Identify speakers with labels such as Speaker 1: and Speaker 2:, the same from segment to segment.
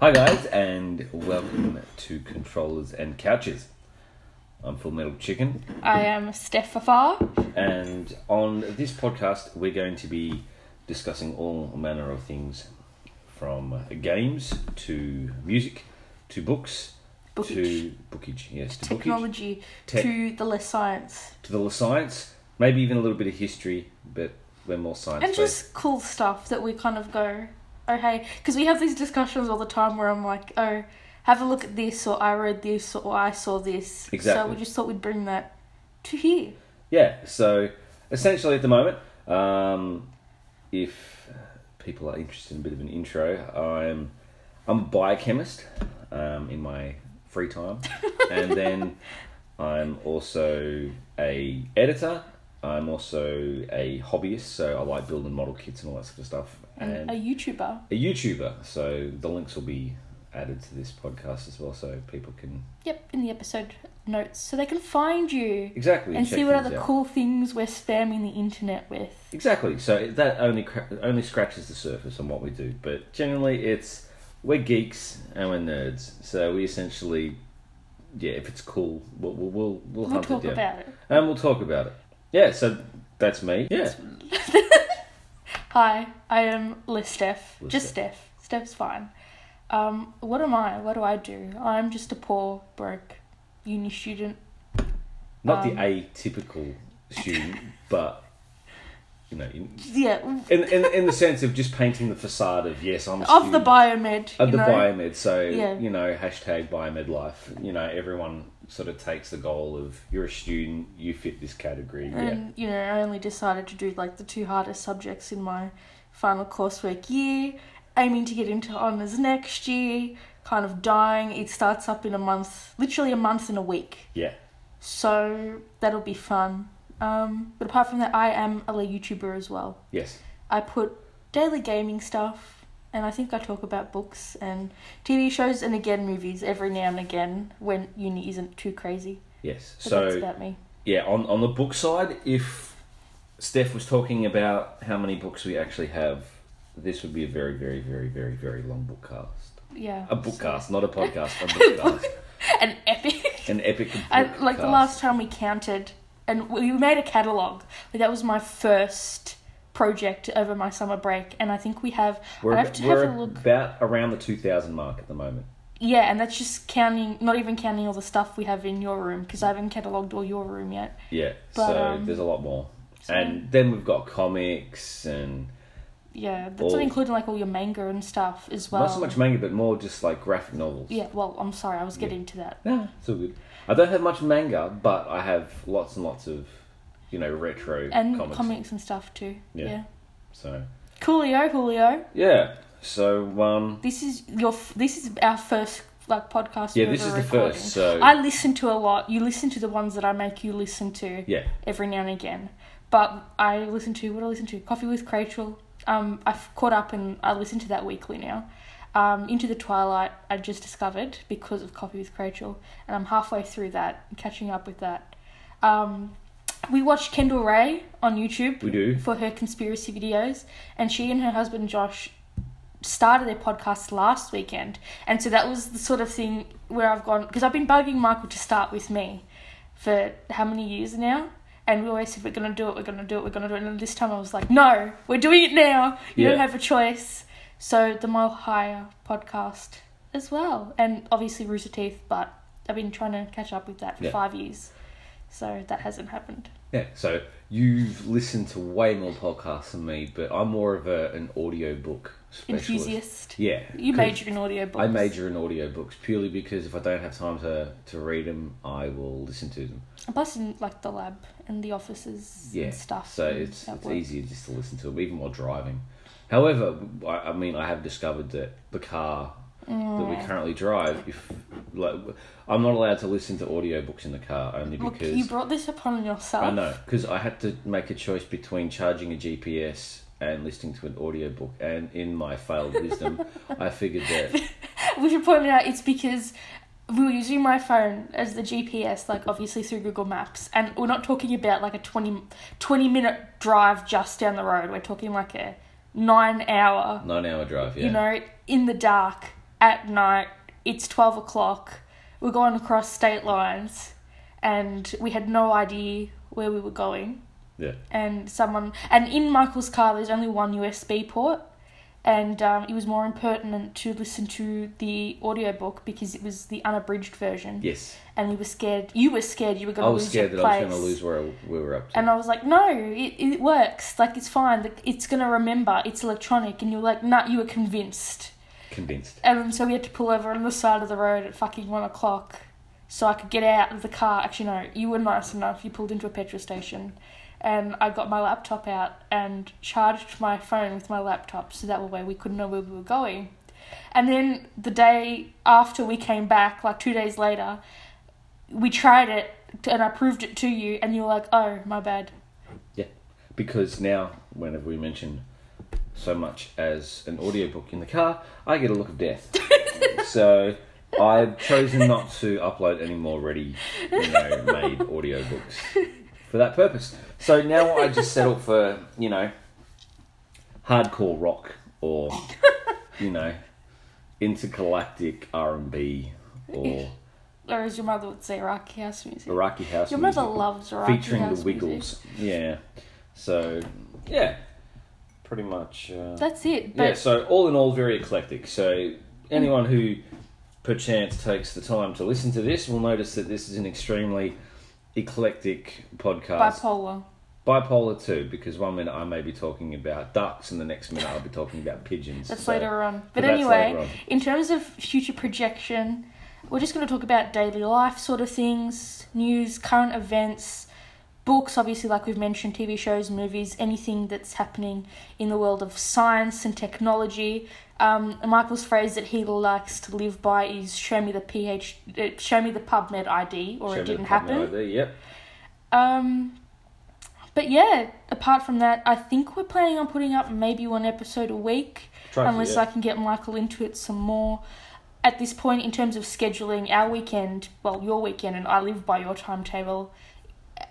Speaker 1: Hi, guys, and welcome to Controllers and Couches. I'm Full Metal Chicken,
Speaker 2: I am Steph Fafar.
Speaker 1: and on this podcast, we're going to be discussing all manner of things from games to music to books
Speaker 2: Bookage.
Speaker 1: to bookage, yes, to bookage,
Speaker 2: Technology
Speaker 1: Tech.
Speaker 2: to the less science.
Speaker 1: to the science, maybe even a little bit of history, but we're more science
Speaker 2: and just cool stuff that we kind of go, oh hey, because we have these discussions all the time where I'm like, oh, have a look at this, or I read this, or I saw this. So
Speaker 1: Exactly.
Speaker 2: we just thought we'd bring that to here.
Speaker 1: yeah, so essentially at the moment, um, if people are interested in a bit of an intro, I'm I'm a biochemist um, in my free time, and then I'm also a editor. I'm also a hobbyist, so I like building model kits and all that sort of stuff,
Speaker 2: And a YouTuber.
Speaker 1: a YouTuber. So the links will be added to this podcast as well, so people can
Speaker 2: Yep, in the episode notes. So they can find you
Speaker 1: exactly
Speaker 2: and
Speaker 1: check
Speaker 2: see what
Speaker 1: things
Speaker 2: other
Speaker 1: out.
Speaker 2: cool things we're spamming the internet with.
Speaker 1: Exactly. So that only cra- only scratches the surface on what we do, but generally it's we're geeks and we're nerds. So we essentially, yeah, if it's cool, we'll we'll we'll, we'll
Speaker 2: We'll
Speaker 1: hunt
Speaker 2: talk
Speaker 1: it down
Speaker 2: about it.
Speaker 1: and we'll talk about it. Yeah. So that's me. Yeah.
Speaker 2: Hi, I am Liz Steph.
Speaker 1: Liz
Speaker 2: just Steph. Steph's fine. Um, what am I? What do I do? I'm just a poor, broke uni student.
Speaker 1: Not
Speaker 2: Um,
Speaker 1: the atypical student, but you know, in,
Speaker 2: Yeah,
Speaker 1: in in in the sense of just painting the facade of yes, I'm a
Speaker 2: of the
Speaker 1: student."
Speaker 2: biomed.
Speaker 1: of
Speaker 2: you
Speaker 1: the
Speaker 2: know?
Speaker 1: biomed. So
Speaker 2: Yeah.
Speaker 1: you know, hashtag biomed life. You know, everyone sort of takes the goal of you're a student, you fit this category. yeah.
Speaker 2: And, you know, I only decided to do like the two hardest subjects in my final coursework year, aiming to get into honours next year, kind of dying. It starts up in a month, literally a month and a week.
Speaker 1: Yeah.
Speaker 2: So that'll be fun. Um, but apart from that, I am a YouTuber as well.
Speaker 1: Yes.
Speaker 2: I put daily gaming stuff, and I think I talk about books and TV shows, and again movies every now and again when uni isn't too crazy.
Speaker 1: Yes.
Speaker 2: But
Speaker 1: so
Speaker 2: that's about me.
Speaker 1: yeah, on on the book side, if Steph was talking about how many books we actually have, this would be a very, very, very, very, very long bookcast.
Speaker 2: Yeah,
Speaker 1: A bookcast, not a podcast. A bookcast.
Speaker 2: an epic.
Speaker 1: An epic.
Speaker 2: I,
Speaker 1: bookcast.
Speaker 2: like the last time we counted, and we made a catalog. Like that was my first project over my summer break, and I think we have.
Speaker 1: We're,
Speaker 2: I have to
Speaker 1: we're
Speaker 2: have a look.
Speaker 1: about around the two thousand mark at the moment.
Speaker 2: Yeah, and that's just counting, not even counting all the stuff we have in your room because I haven't catalogued all your room yet.
Speaker 1: Yeah,
Speaker 2: But,
Speaker 1: so
Speaker 2: um,
Speaker 1: there's a lot more.
Speaker 2: so-
Speaker 1: And then we've got comics and
Speaker 2: Yeah, that's
Speaker 1: All-
Speaker 2: not including like all your manga and stuff as well.
Speaker 1: Oh. not so much manga, but more just like graphic novels.
Speaker 2: Yeah, well, I'm sorry, I was getting to that.
Speaker 1: Yeah, it's all good. I don't have much manga, but I have lots and lots of, you know, retro
Speaker 2: And
Speaker 1: comics.
Speaker 2: comics, and stuff too.
Speaker 1: Yeah.
Speaker 2: Yeah.
Speaker 1: So
Speaker 2: Coolio, Coolio.
Speaker 1: yeah, so um,
Speaker 2: This is your. f- This is our first like podcast.
Speaker 1: yeah,
Speaker 2: we're
Speaker 1: this is
Speaker 2: ever
Speaker 1: the
Speaker 2: recording.
Speaker 1: first. So
Speaker 2: I listen to a lot. You listen to the ones that I make you listen to
Speaker 1: yeah,
Speaker 2: every now and again. But I listen to what do I listen to Coffee with Crachel. Um, I've caught up and I listen to that weekly now. Um, Into the Twilight I just discovered because of Coffee with Crachel, and I'm halfway through that, catching up with that. Um, we watched Kendall Ray on YouTube
Speaker 1: we do.
Speaker 2: for her conspiracy videos, and she and her husband Josh started their podcast last weekend. And so that was the sort of thing where I've gone because I've been bugging Michael to start with me for how many years now? And we always said we're gonna do it, we're gonna do it, we're gonna do it. And this time I was like, no, we're doing it now. You
Speaker 1: Yeah.
Speaker 2: don't have a choice. So the Mile Higher podcast as well, and obviously Rooster Teeth. But I've been trying to catch up with that for
Speaker 1: Yeah.
Speaker 2: five years, so that hasn't happened.
Speaker 1: Yeah, so you've listened to way more podcasts than me, but I'm more of a, an audio book specialist.
Speaker 2: Enthusiast.
Speaker 1: Yeah,
Speaker 2: You
Speaker 1: 'cause-
Speaker 2: major in audiobooks.
Speaker 1: I major in audiobooks purely because if I don't have time to, to read them, I will listen to them.
Speaker 2: Plus in like the lab and the offices
Speaker 1: Yeah.
Speaker 2: and stuff.
Speaker 1: So
Speaker 2: and
Speaker 1: it's,
Speaker 2: that
Speaker 1: it's
Speaker 2: work.
Speaker 1: easier just to listen to them, even while driving. However, I, I mean, I have discovered that the car that
Speaker 2: Mm.
Speaker 1: we currently drive, if like, I'm not allowed to listen to audiobooks in the car only
Speaker 2: Look,
Speaker 1: because
Speaker 2: you brought this upon yourself.
Speaker 1: I know because I had to make a choice between charging a GPS and listening to an audiobook. And in my failed wisdom, I figured that
Speaker 2: We should point out it's because we were using my phone as the GPS, like obviously through Google Maps, and we're not talking about like a 20, 20 minute drive just down the road. We're talking like a nine hour,
Speaker 1: nine hour drive. Yeah.
Speaker 2: you know, in the dark at night. It's 12 o'clock. We're going across state lines, and we had no idea where we were going.
Speaker 1: Yeah.
Speaker 2: And someone, and in Michael's car, there's only one USB port, and um, it was more impertinent to listen to the audiobook because it was the unabridged version.
Speaker 1: Yes.
Speaker 2: And we were scared. You were scared you were going
Speaker 1: I
Speaker 2: to
Speaker 1: was
Speaker 2: lose your
Speaker 1: scared
Speaker 2: place.
Speaker 1: that I was going to lose where I, we were up to.
Speaker 2: And I was like, no, it, it works. Like, it's fine. Like, It's going to remember. It's electronic. And you were like, nah, you were convinced.
Speaker 1: Convinced.
Speaker 2: And so we had to pull over on the side of the road at fucking one o'clock so I could get out of the car. Actually, no, you were nice enough. You pulled into a petrol station. And I got my laptop out and charged my phone with my laptop so that way we could know where we were going. And then the day after we came back, like two days later, we tried it and I proved it to you, and you were like, oh, my bad.
Speaker 1: Yeah. Because now, whenever we mention so much as an audiobook in the car, I get a look of death. so I've chosen not to upload any more ready, you know, made audiobooks for that purpose. So now I just settle for, you know, hardcore rock or, you know, intergalactic R&B or
Speaker 2: Or as your mother would say, Rocky House music.
Speaker 1: Iraqi house
Speaker 2: Your
Speaker 1: music.
Speaker 2: mother loves Rocky
Speaker 1: featuring
Speaker 2: House
Speaker 1: the
Speaker 2: music.
Speaker 1: Wiggles. Yeah. So yeah, pretty much. Uh,
Speaker 2: That's it. But
Speaker 1: yeah. So all in all, very eclectic. So anyone who perchance takes the time to listen to this will notice that this is an extremely eclectic podcast.
Speaker 2: bipolar.
Speaker 1: Bipolar too, because one minute I may be talking about ducks, and the next minute I'll be talking about pigeons.
Speaker 2: That's
Speaker 1: So-
Speaker 2: later on. But,
Speaker 1: but that's
Speaker 2: anyway,
Speaker 1: later on.
Speaker 2: in terms of future projection, we're just going to talk about daily life sort of things, news, current events, books, obviously, like we've mentioned, TV shows, movies, anything that's happening in the world of science and technology. Um, Michael's phrase that he likes to live by is "Show me the PH, uh, show me the PubMed ID, or
Speaker 1: Show me
Speaker 2: it
Speaker 1: the problem
Speaker 2: didn't happen."
Speaker 1: over there, Yep.
Speaker 2: Um, but yeah, apart from that, I think we're planning on putting up maybe one episode a week,
Speaker 1: Try to,
Speaker 2: unless
Speaker 1: yeah.
Speaker 2: I can get Michael into it some more. At this point, in terms of scheduling our weekend, well, your weekend, and I live by your timetable.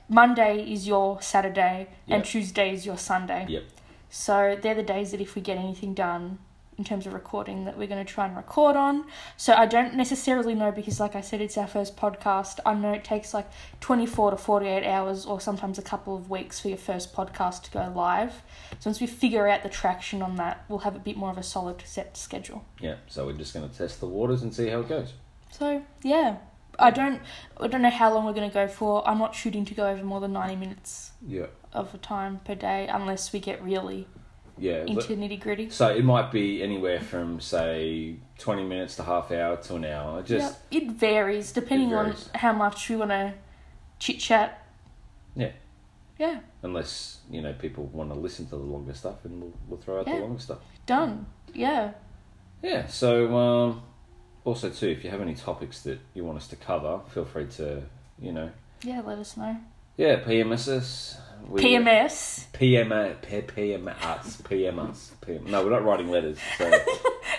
Speaker 2: Monday is your Saturday,
Speaker 1: Yep.
Speaker 2: and Tuesday is your Sunday.
Speaker 1: Yep.
Speaker 2: So they're the days that if we get anything done in terms of recording that we're going to try and record on. So I don't necessarily know because like I said it's our first podcast. I know it takes like 24 to 48 hours or sometimes a couple of weeks for your first podcast to go live. So once we figure out the traction on that, we'll have a bit more of a solid set schedule.
Speaker 1: Yeah. So we're just going to test the waters and see how it goes.
Speaker 2: So, yeah. I don't I don't know how long we're going to go for. I'm not shooting to go over more than 90 minutes
Speaker 1: Yeah.
Speaker 2: of a time per day unless we get really
Speaker 1: Yeah. but-
Speaker 2: into nitty-gritty.
Speaker 1: So it might be anywhere from say twenty minutes to half hour to an hour. Just
Speaker 2: Yep, it varies depending
Speaker 1: varies.
Speaker 2: on how much we want to chit chat.
Speaker 1: Yeah.
Speaker 2: Yeah,
Speaker 1: unless you know people want to listen to the longer stuff, and we'll, we'll throw out
Speaker 2: Yeah.
Speaker 1: the longer stuff.
Speaker 2: done. Yeah.
Speaker 1: Yeah. So um, also too, if you have any topics that you want us to cover, feel free to you know
Speaker 2: Yeah, let us know.
Speaker 1: yeah PMS us. We-
Speaker 2: PMS.
Speaker 1: PMA, P- PM us, PM us, PM. No, we're not writing letters. So,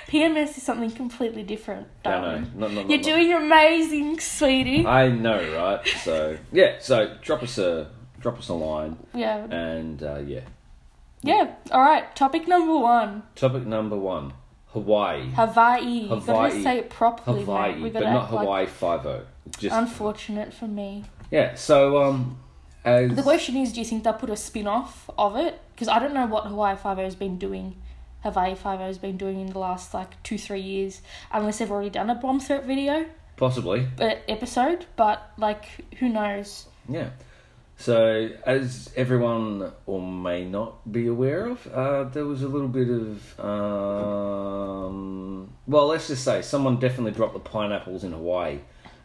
Speaker 2: PMS is something completely different,
Speaker 1: don't know.
Speaker 2: darling.
Speaker 1: Not, not,
Speaker 2: You're
Speaker 1: not- Uh,
Speaker 2: doing amazing, sweetie.
Speaker 1: I know, right? So yeah. So drop us a drop us a line,
Speaker 2: yeah.
Speaker 1: and uh, yeah.
Speaker 2: Yeah. All right. Topic number one
Speaker 1: Topic number one: Hawaii.
Speaker 2: Hawaii. You gotta
Speaker 1: Hawaii.
Speaker 2: say it properly, mate.
Speaker 1: Hawaii,
Speaker 2: We
Speaker 1: but
Speaker 2: gotta
Speaker 1: not
Speaker 2: act like- Um,
Speaker 1: Hawaii Five O. Just
Speaker 2: Unfortunate for me.
Speaker 1: yeah. So um, as
Speaker 2: The question is, do you think they'll put a spin off of it? Because I don't know what Hawaii Five O has been doing. Hawaii Five O has been doing in the last like two three years, unless they've already done a bomb threat video
Speaker 1: possibly
Speaker 2: uh, episode. But like, who knows?
Speaker 1: yeah. So as everyone or may not be aware of, uh, there was a little bit of um, well, let's just say someone definitely dropped the pineapples in Hawaii,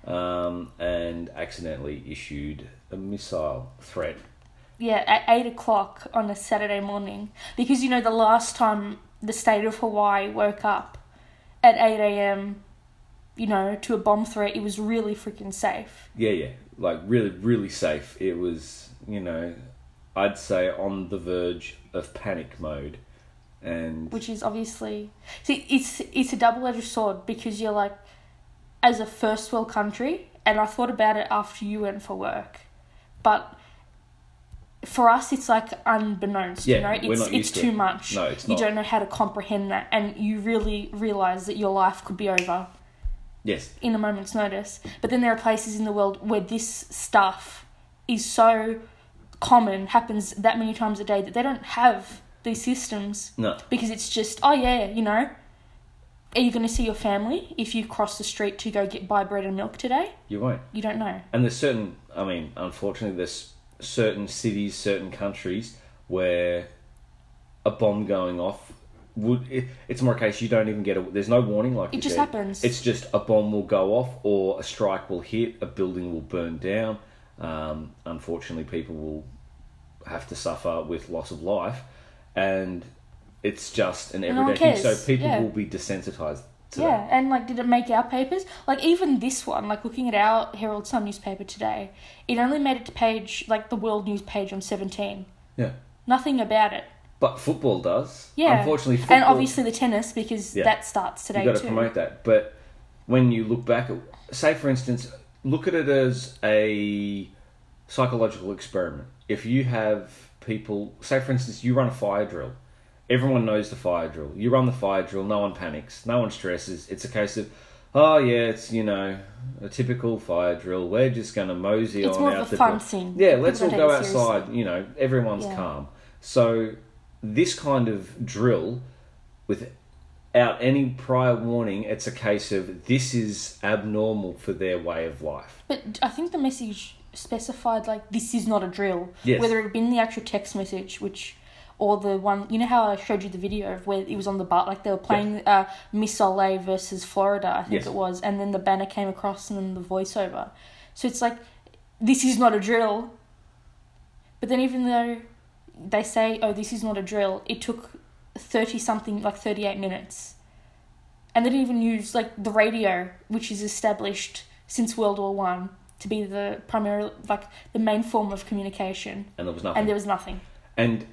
Speaker 1: um, and accidentally issued a missile threat.
Speaker 2: Yeah, at eight o'clock on a Saturday morning, because you know the last time the state of Hawaii woke up at eight a.m. You know, to a bomb threat, it was really freaking safe.
Speaker 1: Yeah, yeah, like really, really safe. It was, you know, I'd say on the verge of panic mode, and
Speaker 2: which is obviously see it's it's a double edged sword because you're like as a first world country and I thought about it after you went for work but for us it's like unbeknownst
Speaker 1: Yeah,
Speaker 2: you know it's,
Speaker 1: we're not
Speaker 2: it's
Speaker 1: used to
Speaker 2: too
Speaker 1: it.
Speaker 2: much
Speaker 1: No, it's
Speaker 2: you
Speaker 1: not.
Speaker 2: don't know how to comprehend that and you really realize that your life could be over
Speaker 1: Yes.
Speaker 2: in a moment's notice but then there are places in the world where this stuff is so common happens that many times a day that they don't have these systems
Speaker 1: No.
Speaker 2: because it's just oh yeah you know are you going to see your family if you cross the street to go get buy bread and milk today
Speaker 1: You won't.
Speaker 2: you don't know
Speaker 1: And there's certain, I mean, unfortunately, there's certain cities, certain countries where a bomb going off would. It, it's more a case you don't even get a. There's no warning like
Speaker 2: It
Speaker 1: you
Speaker 2: just
Speaker 1: said.
Speaker 2: happens.
Speaker 1: It's just a bomb will go off, or a strike will hit, a building will burn down. Um, unfortunately, people will have to suffer with loss of life, and it's just an
Speaker 2: no one
Speaker 1: everyday thing. So
Speaker 2: cares.
Speaker 1: people
Speaker 2: Yeah.
Speaker 1: will be desensitized to
Speaker 2: yeah,
Speaker 1: that.
Speaker 2: and like, did it make our papers? Like, even this one, like, looking at our Herald Sun newspaper today, it only made it to page, like, the world news page on 17.
Speaker 1: Yeah,
Speaker 2: Nothing about it.
Speaker 1: but football does.
Speaker 2: Yeah.
Speaker 1: unfortunately, football
Speaker 2: And obviously the tennis, because
Speaker 1: Yeah.
Speaker 2: that starts today,
Speaker 1: you got to
Speaker 2: too.
Speaker 1: promote that. But when you look back, at, say for instance, look at it as a psychological experiment. If you have people, say for instance, you run a fire drill. Everyone knows the fire drill. You run the fire drill. No one panics. No one stresses. It's a case of, oh yeah, it's you know a typical fire drill. We're just going to mosey
Speaker 2: It's
Speaker 1: on
Speaker 2: more
Speaker 1: out
Speaker 2: of a
Speaker 1: the
Speaker 2: fun
Speaker 1: door."
Speaker 2: thing.
Speaker 1: Yeah, let's all
Speaker 2: People
Speaker 1: go
Speaker 2: don't take it seriously.
Speaker 1: outside. You know, everyone's
Speaker 2: Yeah.
Speaker 1: calm. So this kind of drill, without any prior warning, it's a case of this is abnormal for their way of life.
Speaker 2: But I think the message specified, like, this is not a drill.
Speaker 1: Yes.
Speaker 2: Whether it had been the actual text message, which. Or the one, you know how I showed you the video of where it was on the bar, like they were playing uh, Miss Olay versus Florida, I think
Speaker 1: Yes.
Speaker 2: it was, and then the banner came across and then the voiceover. So it's like, this is not a drill. But then even though they say, oh, this is not a drill, it took 30 something, like 38 minutes. And they didn't even use, like, the radio, which is established since World War One to be the primary, like, the main form of communication.
Speaker 1: And there was nothing.
Speaker 2: And
Speaker 1: And,
Speaker 2: there was nothing.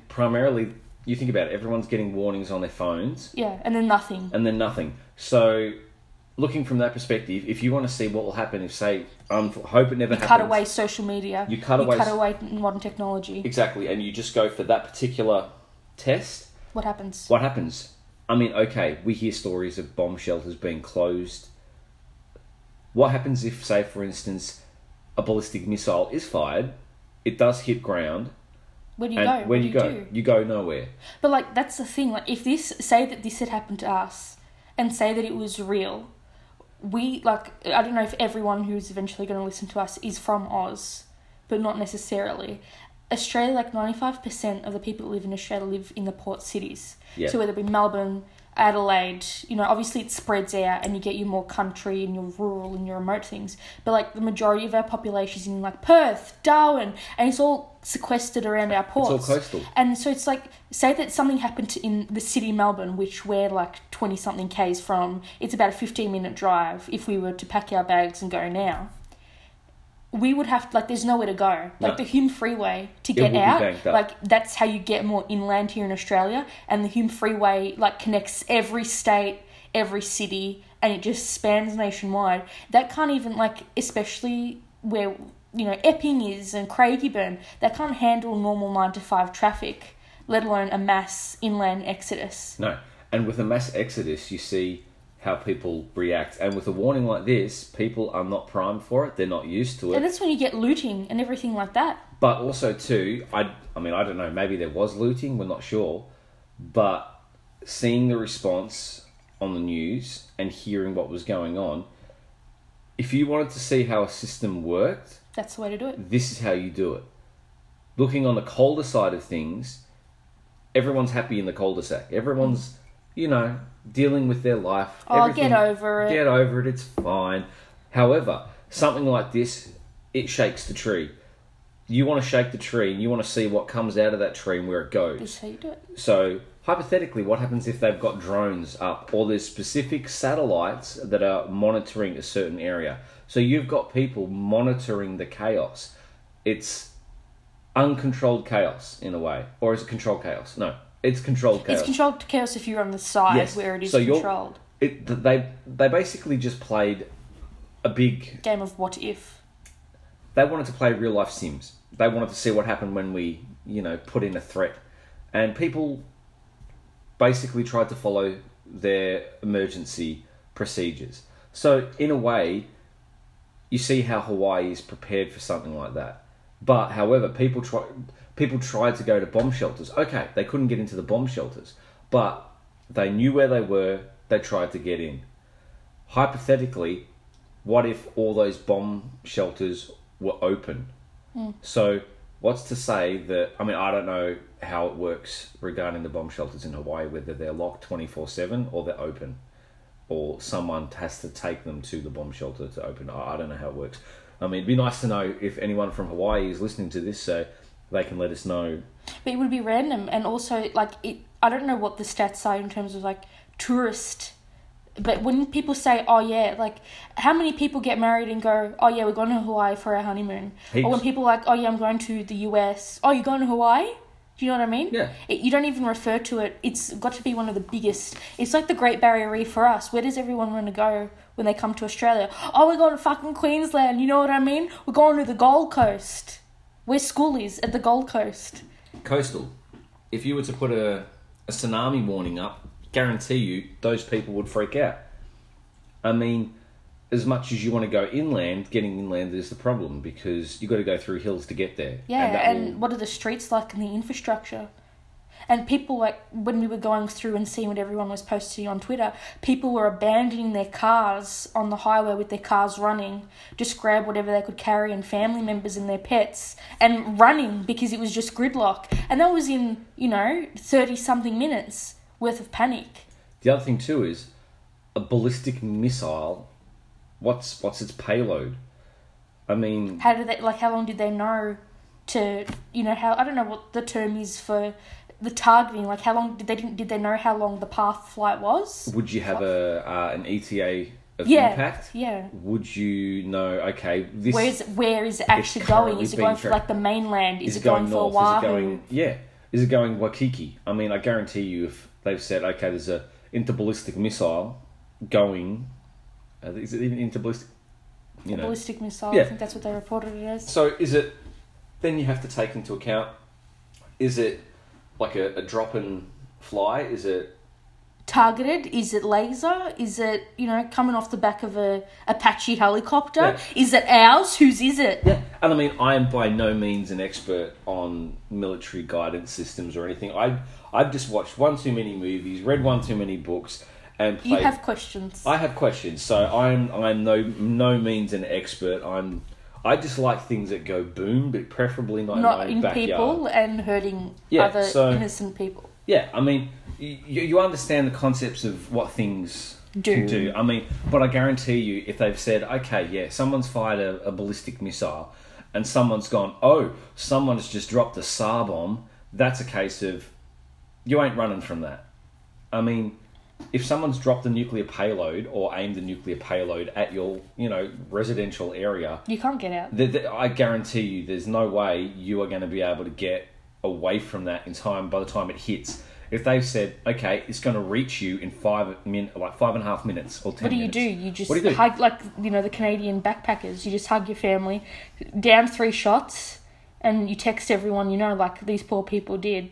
Speaker 1: primarily, you think about it, everyone's getting warnings on their phones
Speaker 2: Yeah, and then nothing.
Speaker 1: and then nothing. So, looking from that perspective, if you want to see what will happen if, say, um, hope it never
Speaker 2: You
Speaker 1: happens.
Speaker 2: cut away social media.
Speaker 1: You cut away
Speaker 2: cut
Speaker 1: s-
Speaker 2: away modern technology.
Speaker 1: Exactly. And you just go for that particular test.
Speaker 2: What happens?
Speaker 1: what happens? I mean, okay, we hear stories of bomb shelters being closed. What happens if, say, for instance, a ballistic missile is fired? It does hit ground,
Speaker 2: Where do you
Speaker 1: and
Speaker 2: go?
Speaker 1: where
Speaker 2: What
Speaker 1: do you go?
Speaker 2: do?
Speaker 1: You go nowhere.
Speaker 2: But like that's the thing. Like if this say that this had happened to us, and say that it was real, we like I don't know if everyone who's eventually going to listen to us is from Oz, but not necessarily. Australia, like ninety five percent of the people that live in Australia live in the port cities.
Speaker 1: Yeah.
Speaker 2: So whether it be Melbourne, Adelaide, you know, obviously it spreads out and you get your more country and your rural and your remote things. But like the majority of our population is in like Perth, Darwin, and it's all sequestered around our ports.
Speaker 1: coastal.
Speaker 2: And so it's like, say that something happened to, in the city Melbourne, which we're like 20 something Ks from, it's about a 15 minute drive if we were to pack our bags and go now. We would have, like, there's nowhere to go. Like,
Speaker 1: No.
Speaker 2: the Hume Freeway to get
Speaker 1: would be
Speaker 2: out,
Speaker 1: banked up.
Speaker 2: like, that's how you get more inland here in Australia. And the Hume Freeway, like, connects every state, every city, and it just spans nationwide. That can't even, like, especially where, you know, Epping is and Craigieburn, that can't handle normal 9 to 5 traffic, let alone a mass inland exodus.
Speaker 1: No. And with a mass exodus, you see how people react. And with a warning like this, people are not primed for it. They're not used to it.
Speaker 2: And that's when you get looting and everything like that.
Speaker 1: But also too, I I mean I don't know. Maybe there was looting. We're not sure. But seeing the response on the news and hearing what was going on, if you wanted to see how a system worked,
Speaker 2: That's the way to do it.
Speaker 1: this is how you do it. Looking on the colder side of things, everyone's happy in the cul-de-sac. Everyone's, you know, dealing with their life.
Speaker 2: Oh,
Speaker 1: Everything-
Speaker 2: get over it.
Speaker 1: Get over it. It's fine. However, something like this, it shakes the tree. You want to shake the tree, and you want to see what comes out of that tree and where it goes.
Speaker 2: That's how you do it.
Speaker 1: So, hypothetically, what happens if they've got drones up or there's specific satellites that are monitoring a certain area? So, you've got people monitoring the chaos. It's uncontrolled chaos in a way. Or is it controlled chaos? No, it's controlled chaos.
Speaker 2: It's controlled chaos if you're on the side
Speaker 1: Yes.
Speaker 2: where it is
Speaker 1: So you're-
Speaker 2: controlled.
Speaker 1: It, th- they, they basically just played a big.
Speaker 2: Game of what if.
Speaker 1: They wanted to play real life Sims. They wanted to see what happened when we you know, put in a threat. And people basically tried to follow their emergency procedures. So, in a way, you see how Hawaii is prepared for something like that. But, however, people try people tried to go to bomb shelters. Okay, they couldn't get into the bomb shelters, but they knew where they were. They tried to get in. Hypothetically, what if all those bomb shelters were open? So, what's to say that? I mean, I don't know how it works regarding the bomb shelters in Hawaii, whether they're locked 24 7 or they're open, or someone has to take them to the bomb shelter to open. I, I don't know how it works. I mean, it'd be nice to know if anyone from Hawaii is listening to this so they can let us know.
Speaker 2: But it would be random, and also like it. I don't know what the stats are in terms of like tourist. But when people say, "Oh yeah," like how many people get married and go, "Oh yeah, we're going to Hawaii for our honeymoon," or when
Speaker 1: Heaps.
Speaker 2: people are like, "Oh yeah, I'm going to the U.S." Oh, you're going to Hawaii? Do you know what I mean?
Speaker 1: Yeah.
Speaker 2: It, you don't even refer to it. It's got to be one of the biggest. It's like the Great Barrier Reef for us. Where does everyone want to go when they come to Australia? Oh, we're going to fucking Queensland. You know what I mean? We're going to the Gold Coast. We're schoolies at the Gold Coast.
Speaker 1: Coastal, if you were to put a, a tsunami warning up, guarantee you those people would freak out. I mean, as much as you want to go inland, getting inland is the problem because you've got to go through hills to get there.
Speaker 2: Yeah,
Speaker 1: that
Speaker 2: and,
Speaker 1: will-
Speaker 2: what are the streets like and the infrastructure? And people, like, when we were going through and seeing what everyone was posting on Twitter, people were abandoning their cars on the highway with their cars running, just grab whatever they could carry and family members and their pets and running because it was just gridlock. And that was in, you know, 30 something minutes worth of panic.
Speaker 1: the other thing too is a ballistic missile. What's what's its payload? I mean,
Speaker 2: How did they, like, how long did they know to, you know, how, I don't know what the term is for the targeting, like, how long did they, did they know how long the path flight was?
Speaker 1: would you have a uh, an ETA of
Speaker 2: yeah,
Speaker 1: impact?
Speaker 2: Yeah.
Speaker 1: Would you know? Okay, this
Speaker 2: Where is where is it actually going?
Speaker 1: currently
Speaker 2: Is it
Speaker 1: being
Speaker 2: going for
Speaker 1: tracked.
Speaker 2: like the mainland? Is,
Speaker 1: Is
Speaker 2: it going, for
Speaker 1: north?
Speaker 2: Oahu?
Speaker 1: Is it going yeah? Is it going Waikiki? I mean, I guarantee you, if they've said okay, there's a interballistic missile going, uh, is it even interballistic? You know,
Speaker 2: Ballistic missile. I
Speaker 1: Yeah.
Speaker 2: think that's what they reported it as.
Speaker 1: so is it? Then you have to take into account: is it like a, a drop and fly? Is it
Speaker 2: Targeted? Is it laser? Is it you know coming off the back of a Apache helicopter? Is it ours? Whose is it?
Speaker 1: Yeah, and I mean, I am by no means an expert on military guidance systems or anything. I I've just watched one too many movies, read one too many books, and
Speaker 2: You
Speaker 1: played.
Speaker 2: have questions.
Speaker 1: I have questions, so I'm I'm no no means an expert. I'm I just like things that go boom, but preferably not,
Speaker 2: not
Speaker 1: in my
Speaker 2: in
Speaker 1: backyard.
Speaker 2: people and hurting
Speaker 1: Yeah,
Speaker 2: other
Speaker 1: so-
Speaker 2: innocent people.
Speaker 1: Yeah, I mean, you, you understand the concepts of what things
Speaker 2: Do.
Speaker 1: can do. I mean, but I guarantee you, if they've said, okay, yeah, someone's fired a, a ballistic missile, and someone's gone, oh, someone's just dropped a SAR bomb, that's a case of you ain't running from that. I mean, if someone's dropped a nuclear payload or aimed a nuclear payload at your, you know, residential area,
Speaker 2: You can't get out.
Speaker 1: th- th- I guarantee you, there's no way you are going to be able to get away from that in time. By the time it hits, if they've said, "Okay, it's going to reach you in five min, like five and a half minutes or ten
Speaker 2: What do you
Speaker 1: minutes,"
Speaker 2: do? You just
Speaker 1: What do you do?
Speaker 2: hug, like you know the Canadian backpackers. You just hug your family, down three shots, and you text everyone you know, like these poor people did,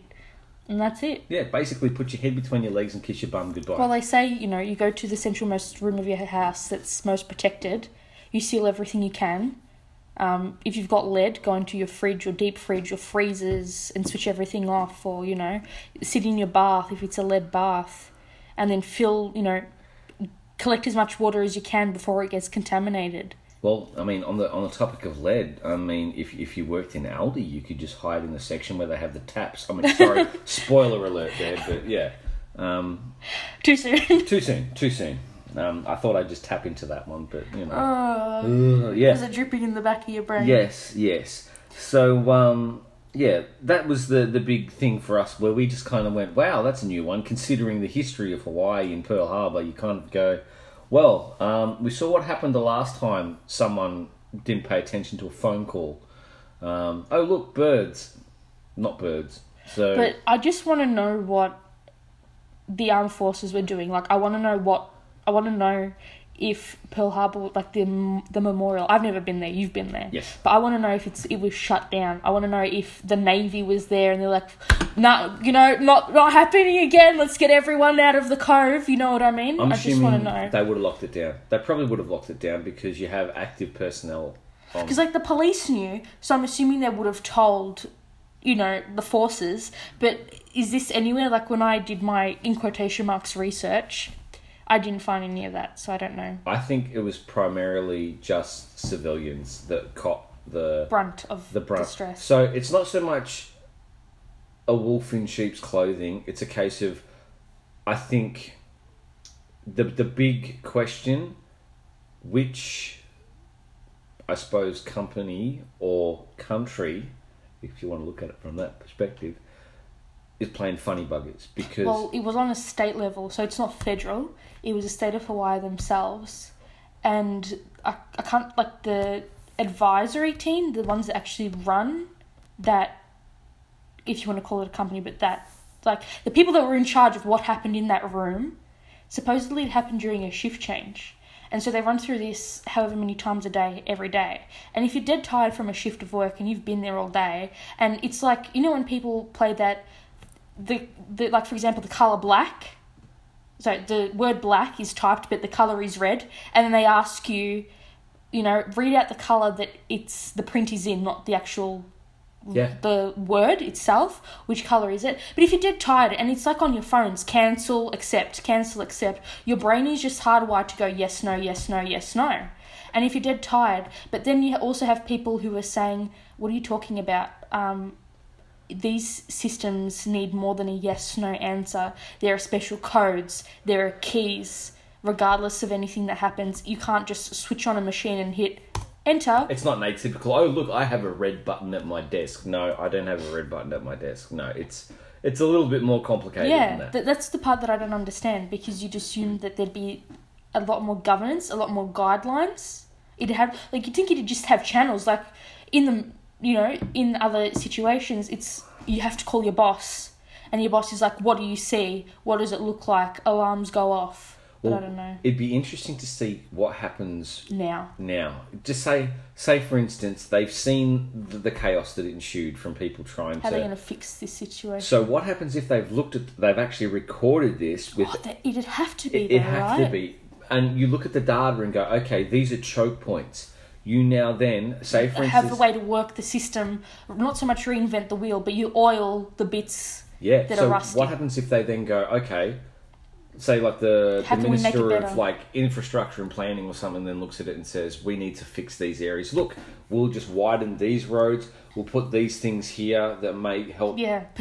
Speaker 2: and that's it.
Speaker 1: Yeah, basically, put your head between your legs and kiss your bum goodbye.
Speaker 2: Well, they say you know you go to the centralmost room of your house that's most protected. You seal everything you can. Um, if you've got lead, go into your fridge or deep fridge or freezers and switch everything off, or you know, sit in your bath if it's a lead bath, and then fill you know, collect as much water as you can before it gets contaminated.
Speaker 1: Well, I mean, on the on the topic of lead, I mean, if if you worked in Aldi, you could just hide in the section where they have the taps. I mean, sorry, spoiler alert there, but yeah, um,
Speaker 2: Too soon.
Speaker 1: too soon, too soon. Um, I thought I'd just tap into that one, but you know,
Speaker 2: Oh,
Speaker 1: Ugh, yeah.
Speaker 2: there's a dripping in the back of your brain.
Speaker 1: Yes, yes. So um yeah, that was the the big thing for us where we just kind of went, wow, that's a new one considering the history of Hawaii and Pearl Harbor. You kind of go, well, um, we saw what happened the last time someone didn't pay attention to a phone call. Um, oh look, birds, not birds. So
Speaker 2: But I just want to know what the armed forces were doing. Like, I want to know what I want to know if Pearl Harbor, like the m- the memorial. I've never been there. You've been there.
Speaker 1: Yes.
Speaker 2: But I want to know if it's it was shut down. I want to know if the Navy was there and they're like, no, you know, not not happening again. Let's get everyone out of the cove. You know what I mean?
Speaker 1: I'm
Speaker 2: I just want
Speaker 1: assuming
Speaker 2: to know.
Speaker 1: they would have locked it down. They probably would have locked it down because you have active personnel. on-
Speaker 2: Because like the police knew, so I'm assuming they would have told, you know, the forces. But is this anywhere? Like when I did my in quotation marks research, I didn't find any of that, so I don't know.
Speaker 1: I think it was primarily just civilians that caught the
Speaker 2: Brunt of
Speaker 1: the brunt.
Speaker 2: distress.
Speaker 1: So it's not so much a wolf in sheep's clothing. It's a case of, I think, the the big question, which, I suppose, company or country, if you want to look at it from that perspective, is playing funny buggers because
Speaker 2: Well, it was on a state level, so it's not federal. It was the state of Hawaii themselves, and I, I can't like the advisory team, the ones that actually run that, if you want to call it a company, but that like the people that were in charge of what happened in that room, supposedly it happened during a shift change. And so they run through this however many times a day, every day. And if you're dead tired from a shift of work and you've been there all day, and it's like, you know, when people play that the, the like for example the color black so the word black is typed but the color is red and then they ask you you know read out the color that it's the print is in not the actual
Speaker 1: yeah,
Speaker 2: the word itself which color is it but if you're dead tired and it's like on your phones cancel accept cancel accept your brain is just hardwired to go yes no yes no yes no and if you're dead tired but then you also have people who are saying what are you talking about um, these systems need more than a yes no answer. There are special codes, there are keys, regardless of anything that happens. You can't just switch on a machine and hit enter.
Speaker 1: It's not an atypical. Oh, look, I have a red button at my desk. No, I don't have a red button at my desk. No, it's it's a little bit more complicated than
Speaker 2: Yeah,
Speaker 1: that.
Speaker 2: th- that's the part that I don't understand because you'd assume that there'd be a lot more governance, a lot more guidelines. It'd have, like, you'd think it'd just have channels. Like, in the, you know, in other situations, it's, you have to call your boss. And your boss is like, what do you see? What does it look like? Alarms go off. But I
Speaker 1: Well,
Speaker 2: don't know.
Speaker 1: It'd be interesting to see what happens
Speaker 2: now.
Speaker 1: now. Just say, say for instance, they've seen the, the chaos that ensued from people trying
Speaker 2: How are
Speaker 1: to.
Speaker 2: they going to fix this situation?
Speaker 1: So what happens if they've looked at? They've actually recorded this with.
Speaker 2: Oh, that, it'd have to be
Speaker 1: it
Speaker 2: there,
Speaker 1: it has
Speaker 2: right?
Speaker 1: to be, and you look at the data and go, okay, these are choke points. You now then say for
Speaker 2: have a
Speaker 1: instance,
Speaker 2: way to work the system, not so much reinvent the wheel, but you oil the bits.
Speaker 1: Yeah.
Speaker 2: that
Speaker 1: so
Speaker 2: are rusty.
Speaker 1: what happens if they then go, okay, say like the,
Speaker 2: How
Speaker 1: the
Speaker 2: can we make it
Speaker 1: minister of
Speaker 2: better?
Speaker 1: like infrastructure and planning or something then looks at it and says, we need to fix these areas. Look, we'll just widen these roads. We'll put these things here that may help.
Speaker 2: Yeah,
Speaker 1: speed up."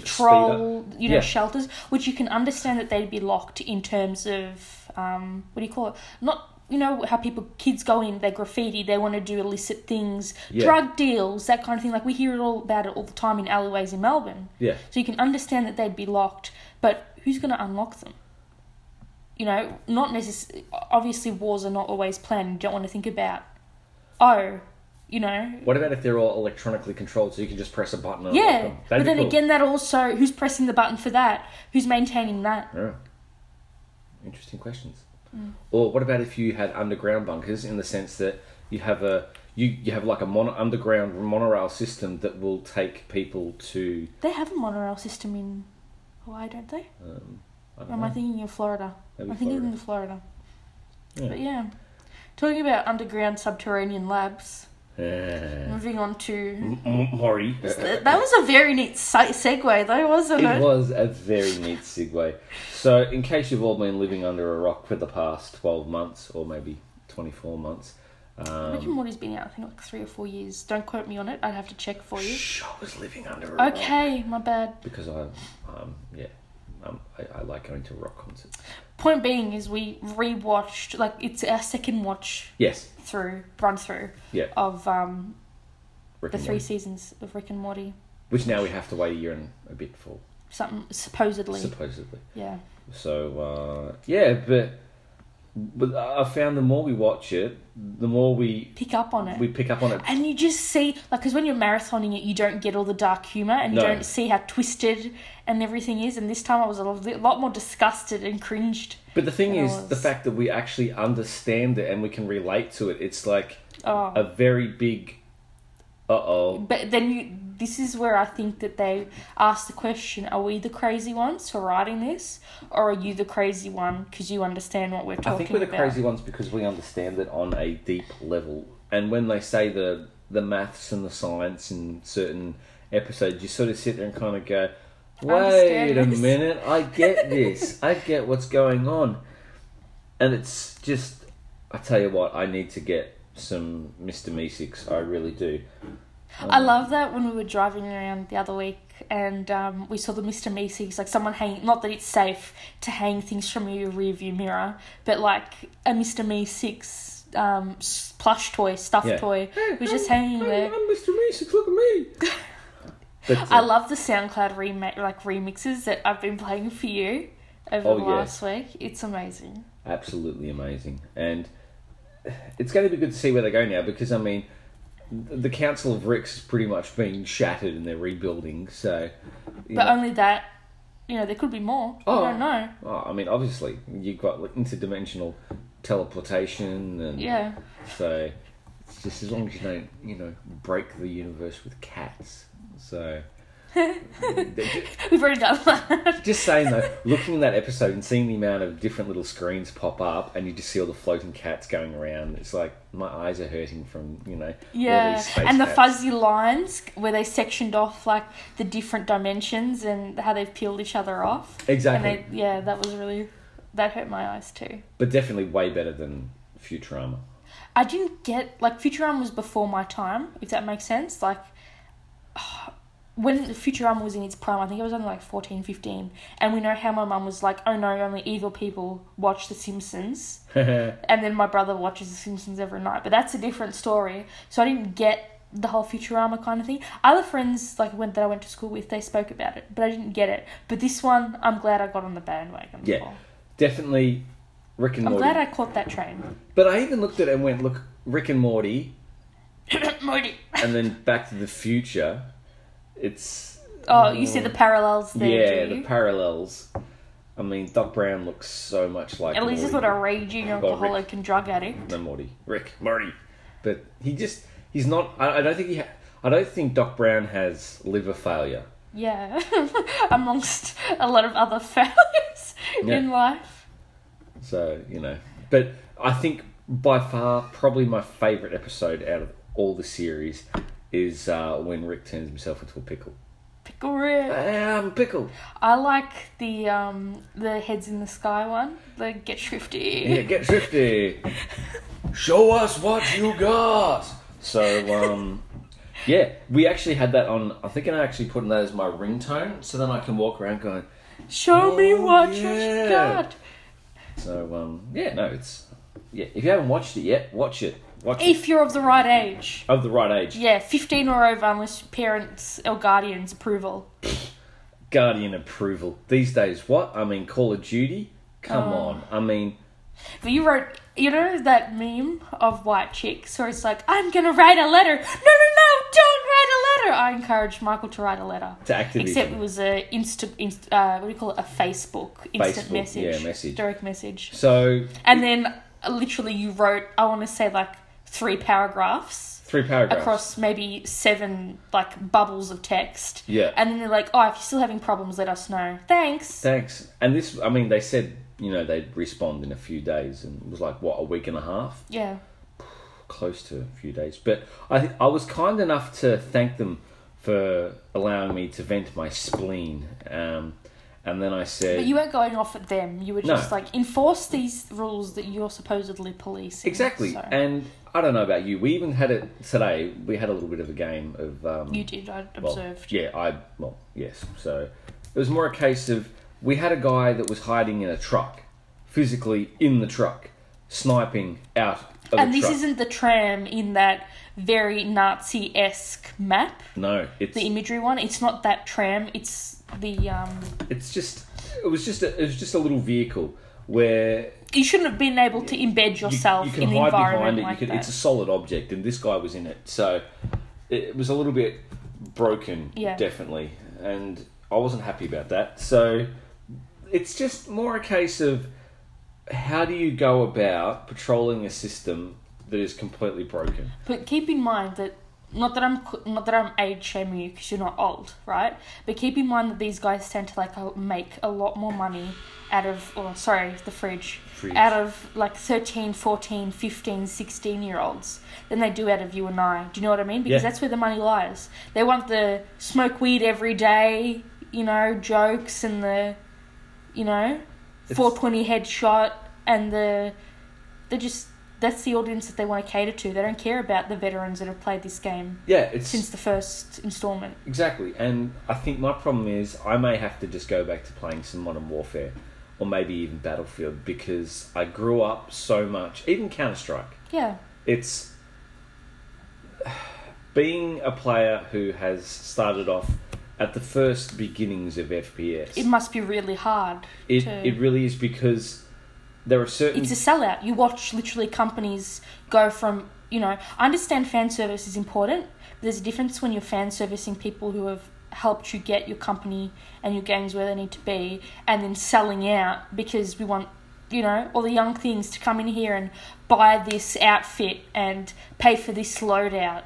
Speaker 2: patrol, you know,
Speaker 1: Yeah.
Speaker 2: shelters, which you can understand that they'd be locked in terms of, um, what do you call it? Not, you know, how people, kids go in, they graffiti, they want to do illicit things,
Speaker 1: Yeah.
Speaker 2: drug deals, that kind of thing. Like, we hear it all about it all the time in alleyways in Melbourne.
Speaker 1: Yeah.
Speaker 2: So you can understand that they'd be locked, but who's going to unlock them? You know, not necessarily. Obviously, wars are not always planned. You don't want to think about, oh, you know.
Speaker 1: What about if they're all electronically controlled so you can just press a button and unlock
Speaker 2: Yeah,
Speaker 1: them? That'd
Speaker 2: but
Speaker 1: be
Speaker 2: then
Speaker 1: Oh, cool.
Speaker 2: again, that also who's pressing the button for that? Who's maintaining that?
Speaker 1: Yeah. Interesting questions.
Speaker 2: Mm.
Speaker 1: Or what about if you had underground bunkers in the sense that you have a you, you have like a mono, underground monorail system that will take people to
Speaker 2: They have a monorail system in Hawaii, don't they?
Speaker 1: um, I
Speaker 2: Or
Speaker 1: don't
Speaker 2: am I
Speaker 1: know.
Speaker 2: thinking of Florida?
Speaker 1: Maybe
Speaker 2: I'm
Speaker 1: Florida.
Speaker 2: thinking of Florida.
Speaker 1: Yeah.
Speaker 2: But yeah, talking about underground subterranean labs. Moving on to
Speaker 1: M- M- Maury.
Speaker 2: that was a very neat se- segue, though, wasn't
Speaker 1: It
Speaker 2: it?
Speaker 1: was a very neat segue. So, in case you've all been living under a rock for the past 12 months or maybe 24 months,
Speaker 2: Rick and
Speaker 1: um,
Speaker 2: Morty's been out, I think, like three or four years. Don't quote me on it. I'd have to check for you.
Speaker 1: shh, I was living under a rock.
Speaker 2: Okay, my bad.
Speaker 1: Because I, um, yeah, um, I, I like going to rock concerts.
Speaker 2: Point being is we rewatched, like it's our second watch
Speaker 1: Yes,
Speaker 2: through, run through
Speaker 1: Yeah.
Speaker 2: of um,
Speaker 1: Rick
Speaker 2: the
Speaker 1: and
Speaker 2: three
Speaker 1: Morty.
Speaker 2: seasons of Rick and Morty.
Speaker 1: Which now we have to wait a year and a bit for,
Speaker 2: Something supposedly,
Speaker 1: supposedly.
Speaker 2: yeah.
Speaker 1: So, uh, yeah, but But I found the more we watch it, the more we
Speaker 2: Pick up on it.
Speaker 1: we pick up on it.
Speaker 2: and you just see, like, because when you're marathoning it, you don't get all the dark humor and you
Speaker 1: No.
Speaker 2: don't see how twisted and everything is. And this time I was a lo- lot more disgusted and cringed.
Speaker 1: But the thing
Speaker 2: It
Speaker 1: is, the
Speaker 2: was-
Speaker 1: fact that we actually understand it and we can relate to it, it's like
Speaker 2: Oh.
Speaker 1: a very big. Uh oh.
Speaker 2: But then you, this is where I think that they ask the question: Are we the crazy ones for writing this, or are you the crazy one because you understand what we're talking
Speaker 1: I
Speaker 2: about?
Speaker 1: think we're the crazy ones because we understand it on a deep level. And when they say the the maths and the science in certain episodes, you sort of sit there and kind of go,
Speaker 2: understand
Speaker 1: "Wait a
Speaker 2: this."
Speaker 1: minute, I get this. I get what's going on." And it's just, I tell you what, I need to get some Mr. Meeseeks. I really do.
Speaker 2: I love that when we were driving around the other week and um, we saw the Mr. Meeseeks, like someone hanging, not that it's safe to hang things from your rearview mirror, but like a Mr. Meeseeks um, s- plush toy, stuffed
Speaker 1: Yeah.
Speaker 2: toy, was just hanging there.
Speaker 1: I'm Mr. Meeseeks. Look at me. But,
Speaker 2: I
Speaker 1: uh,
Speaker 2: love the SoundCloud rema- like remixes that I've been playing for you over
Speaker 1: Oh,
Speaker 2: the
Speaker 1: yeah.
Speaker 2: last week. It's amazing.
Speaker 1: absolutely amazing. And it's going to be good to see where they go now because, I mean, the Council of Ricks is pretty much being shattered and they're rebuilding. So, you
Speaker 2: But
Speaker 1: know-
Speaker 2: only that, you know, there could be more.
Speaker 1: Oh.
Speaker 2: I don't know.
Speaker 1: oh, I mean, obviously, you've got like, interdimensional teleportation and
Speaker 2: Yeah.
Speaker 1: so it's just as long as you don't, you know, break the universe with cats. So.
Speaker 2: We've already done that.
Speaker 1: Just saying though, looking at that episode and seeing the amount of different little screens pop up, and you just see all the floating cats going around. It's like my eyes are hurting from you know all
Speaker 2: yeah.
Speaker 1: these space
Speaker 2: And the
Speaker 1: cats.
Speaker 2: fuzzy lines where they sectioned off like the different dimensions and how they've peeled each other off.
Speaker 1: Exactly,
Speaker 2: And they, yeah, that was really, that hurt my eyes too.
Speaker 1: but definitely way better than Futurama.
Speaker 2: I didn't get like Futurama was before my time, if that makes sense. Like when Futurama was in its prime, I think I was only like 14, 15. and we know how my mum was like, "Oh no, only evil people watch The Simpsons," and then my brother watches The Simpsons every night. But that's a different story. So I didn't get the whole Futurama kind of thing. Other friends like went that I went to school with, they spoke about it, but I didn't get it. But this one, I'm glad I got on the bandwagon.
Speaker 1: Yeah.
Speaker 2: for.
Speaker 1: Definitely Rick and
Speaker 2: I'm
Speaker 1: Morty.
Speaker 2: glad I caught that train.
Speaker 1: But I even looked at it and went, look, Rick and Morty,
Speaker 2: Morty.
Speaker 1: and then Back to the Future. It's
Speaker 2: Oh, you see the parallels there.
Speaker 1: yeah,
Speaker 2: do you?
Speaker 1: the parallels. I mean, Doc Brown looks so much like
Speaker 2: At least it's
Speaker 1: Morty.
Speaker 2: not a raging alcoholic and drug addict.
Speaker 1: No Morty. Rick. Morty. But he just he's not I, I don't think he ha- I don't think Doc Brown has liver failure.
Speaker 2: Yeah. Amongst a lot of other failures in
Speaker 1: Yeah.
Speaker 2: life.
Speaker 1: So, you know. But I think by far probably my favorite episode out of all the series is uh, when Rick turns himself into a pickle.
Speaker 2: Pickle Rick.
Speaker 1: Um pickle.
Speaker 2: I like the um the heads in the sky one. The get shrifty.
Speaker 1: Yeah, get drifty. Show us what you got. So, um, yeah, we actually had that on. I think I actually put in that as my ringtone, so then I can walk around going.
Speaker 2: Show me
Speaker 1: Oh,
Speaker 2: what you
Speaker 1: yeah.
Speaker 2: got.
Speaker 1: So, um, yeah, no, it's yeah. If you haven't watched it yet, watch it. Watch it
Speaker 2: If you're of the right age.
Speaker 1: of the right age.
Speaker 2: Yeah, 15 or over unless parents or guardians approval.
Speaker 1: Guardian approval these days. What I mean, Call of Duty. Come
Speaker 2: Oh.
Speaker 1: on. I mean,
Speaker 2: But you wrote, you know that meme of white chicks where it's like, I'm gonna write a letter. No, no, no, don't write a letter. I encouraged Michael to write a letter.
Speaker 1: to Activision.
Speaker 2: Except it was a insta, inst, uh, what do you call it? A Facebook instant
Speaker 1: Facebook,
Speaker 2: message,
Speaker 1: yeah, message.
Speaker 2: direct message.
Speaker 1: so
Speaker 2: And then uh, literally you wrote, I want to say like three paragraphs
Speaker 1: three paragraphs.
Speaker 2: across maybe seven like bubbles of text.
Speaker 1: Yeah.
Speaker 2: And then they're like, oh, if you're still having problems, let us know. Thanks.
Speaker 1: Thanks. And this, I mean, they said you know they'd respond in a few days, and it was like what a week and a half.
Speaker 2: yeah.
Speaker 1: close to a few days. But I I was kind enough to thank them for allowing me to vent my spleen. Um, and then I said,
Speaker 2: But you weren't going off at them. You were
Speaker 1: No.
Speaker 2: just like enforce these rules that you're supposedly policing.
Speaker 1: exactly.
Speaker 2: So.
Speaker 1: And I don't know about you. We even had it today. We had a little bit of a game of um,
Speaker 2: you did. I
Speaker 1: well,
Speaker 2: observed.
Speaker 1: Yeah, I well, yes. So it was more a case of we had a guy that was hiding in a truck, physically in the truck, sniping out of
Speaker 2: and
Speaker 1: the
Speaker 2: this
Speaker 1: truck.
Speaker 2: isn't the tram in that very Nazi esque map,
Speaker 1: no, it's
Speaker 2: the imagery one. It's not that tram. It's the um.
Speaker 1: it's just it was just a, it was just a little vehicle where
Speaker 2: You shouldn't have been able to embed yourself in the environment
Speaker 1: it.
Speaker 2: like
Speaker 1: you can,
Speaker 2: that.
Speaker 1: It's a solid object, and this guy was in it, so it was a little bit broken,
Speaker 2: Yeah.
Speaker 1: definitely, and I wasn't happy about that. So it's just more a case of how do you go about patrolling a system that is completely broken?
Speaker 2: But keep in mind that not that I'm not that I'm age shaming you because you're not old, right? But keep in mind that these guys tend to like uh, make a lot more money out of or sorry, the fridge,
Speaker 1: Fridge.
Speaker 2: out of like 13, 14, 15, 16 year olds than they do out of you and I. Do you know what I mean? Because
Speaker 1: Yeah.
Speaker 2: that's where the money lies. They want the smoke weed every day, you know, jokes and the you know,
Speaker 1: It's-
Speaker 2: 420 headshot and the they just that's the audience that they want to cater to. They don't care about the veterans that have played this game
Speaker 1: Yeah, it's
Speaker 2: since the first installment.
Speaker 1: Exactly, and I think my problem is I may have to just go back to playing some Modern Warfare, or maybe even Battlefield, because I grew up so much. Even Counter Strike,
Speaker 2: Yeah,
Speaker 1: it's being a player who has started off at the first beginnings of FPS.
Speaker 2: it must be really hard.
Speaker 1: It
Speaker 2: to-
Speaker 1: it really is because there are certain
Speaker 2: it's a sellout. You watch literally companies go from you know. I understand fan service is important. But there's a difference when you're fan servicing people who have helped you get your company and your games where they need to be, and then selling out because we want you know all the young things to come in here and buy this outfit and pay for this loadout.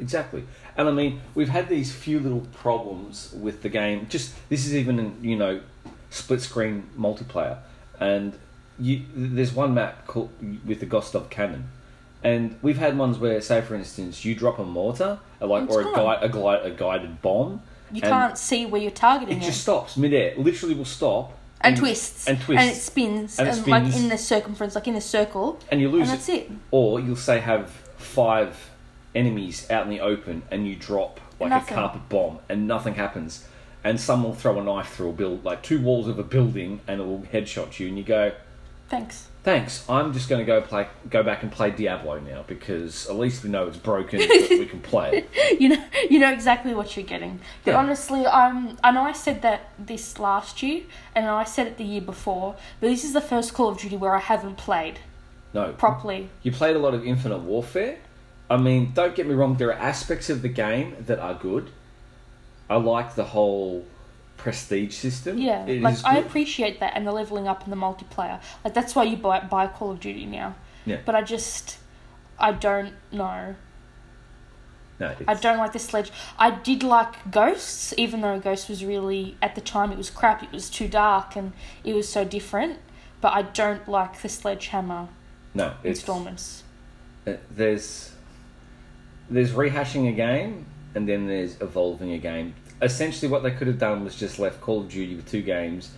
Speaker 1: Exactly. And I mean, we've had these few little problems with the game. Just this is even in, you know, split screen multiplayer, and you, there's one map called, with the Gustav cannon, and we've had ones where, say for instance, you drop a mortar, or like
Speaker 2: It's
Speaker 1: or a,
Speaker 2: gone.
Speaker 1: gui- a, gli- a guided bomb.
Speaker 2: You
Speaker 1: and
Speaker 2: can't see where you're targeting
Speaker 1: It
Speaker 2: it.
Speaker 1: just stops midair. Literally, will stop
Speaker 2: and twists.
Speaker 1: and twists,
Speaker 2: And it spins.
Speaker 1: And
Speaker 2: And
Speaker 1: it
Speaker 2: like
Speaker 1: spins.
Speaker 2: in the circumference, like in a circle.
Speaker 1: and you lose
Speaker 2: and that's it.
Speaker 1: Or you'll say have five enemies out in the open and you drop like
Speaker 2: Nothing.
Speaker 1: a carpet bomb and nothing happens. And someone will throw a knife through a build like two walls of a building and it will headshot you and you go,
Speaker 2: Thanks.
Speaker 1: Thanks, I'm just gonna go play go back and play Diablo now because at least we know it's broken but we can play it.
Speaker 2: You know, you know exactly what you're getting. But
Speaker 1: Yeah.
Speaker 2: honestly, um, I know I said that this last year, and I said it the year before. But this is the first Call of Duty where I haven't played
Speaker 1: No.
Speaker 2: properly.
Speaker 1: You played a lot of Infinite Warfare. I mean, don't get me wrong, there are aspects of the game that are good. I like the whole prestige system.
Speaker 2: Yeah,
Speaker 1: It
Speaker 2: like
Speaker 1: is
Speaker 2: I
Speaker 1: good.
Speaker 2: appreciate that and the leveling up in the multiplayer. Like that's why you buy buy Call of Duty now.
Speaker 1: Yeah.
Speaker 2: But I just, I don't know.
Speaker 1: no, it's,
Speaker 2: I don't like the sledge. I did like Ghosts, even though Ghosts was really at the time it was crap. It was too dark and it was so different. But I don't like the sledgehammer
Speaker 1: No, it's
Speaker 2: installments.
Speaker 1: uh, there's there's rehashing a game and then there's evolving a game. Essentially, what they could have done was just left Call of Duty with two games,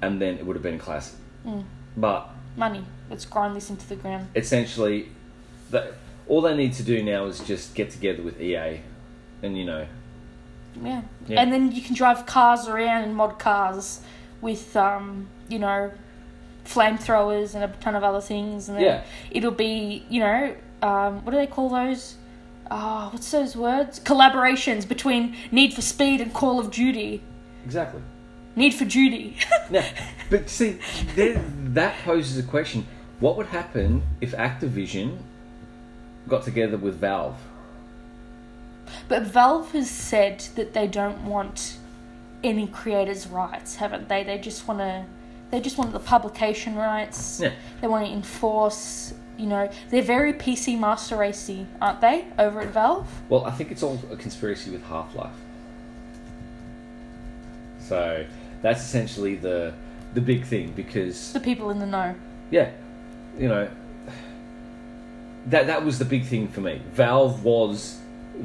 Speaker 1: and then it would have been a classic.
Speaker 2: Mm.
Speaker 1: But
Speaker 2: Money. Let's grind this into the ground.
Speaker 1: essentially, the, all they need to do now is just get together with EA, and you know,
Speaker 2: Yeah.
Speaker 1: Yeah.
Speaker 2: And then you can drive cars around and mod cars with, um, you know, flamethrowers and a ton of other things. And then
Speaker 1: Yeah.
Speaker 2: it'll be, you know, um, what do they call those? Oh, what's those words? Collaborations between Need for Speed and Call of Duty.
Speaker 1: exactly.
Speaker 2: Need for Duty.
Speaker 1: Now, but see, there, that poses a question: What would happen if Activision got together with Valve?
Speaker 2: but Valve has said that they don't want any creators' rights, haven't they? They just want to. They just want the publication rights.
Speaker 1: Yeah.
Speaker 2: They want to enforce. You know, they're very PC master racy, aren't they? Over at Valve.
Speaker 1: Well, I think it's all a conspiracy with Half Life. So that's essentially the the big thing because
Speaker 2: The people in the know.
Speaker 1: yeah, you know that that was the big thing for me. Valve was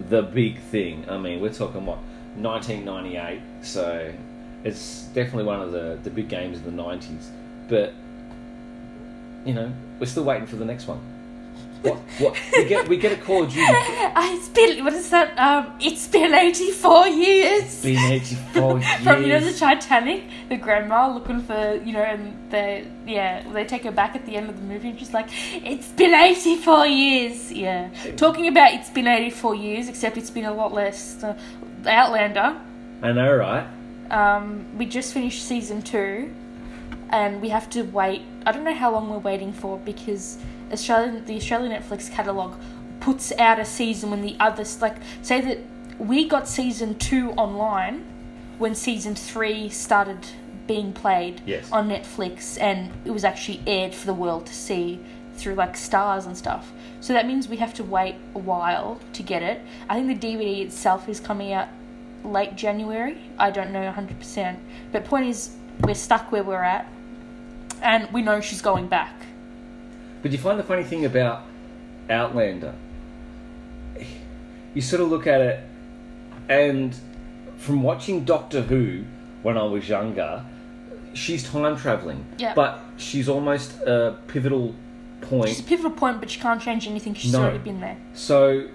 Speaker 1: the big thing. I mean, we're talking what 1998, so it's definitely one of the the big games of the 90s. But you know, we're still waiting for the next one. What? What? we get we get a Call of Duty.
Speaker 2: I, it's been what is that? Um, it's been eighty-four years.
Speaker 1: Been 84 years.
Speaker 2: From you know the Titanic, the grandma looking for you know, and they yeah they take her back at the end of the movie and she's like, it's been eighty four years. Yeah, talking about it's been eighty four years, except it's been a lot less. Uh, Outlander,
Speaker 1: I know, right?
Speaker 2: um, we just finished season two, and we have to wait. I don't know how long we're waiting for because Australian the Australian Netflix catalog puts out a season when the others like say that we got season two online when season three started being played
Speaker 1: Yes.
Speaker 2: on Netflix and it was actually aired for the world to see through like stars and stuff. So that means we have to wait a while to get it. I think the DVD itself is coming out late January. I don't know 100%. But point is, we're stuck where we're at and we know she's going back.
Speaker 1: But you find the funny thing about Outlander, you sort of look at it, and from watching Doctor Who when I was younger, she's time traveling.
Speaker 2: Yeah.
Speaker 1: But she's almost a pivotal
Speaker 2: She's a
Speaker 1: point.
Speaker 2: pivotal point, but she can't change anything. She's
Speaker 1: No.
Speaker 2: already been there.
Speaker 1: So,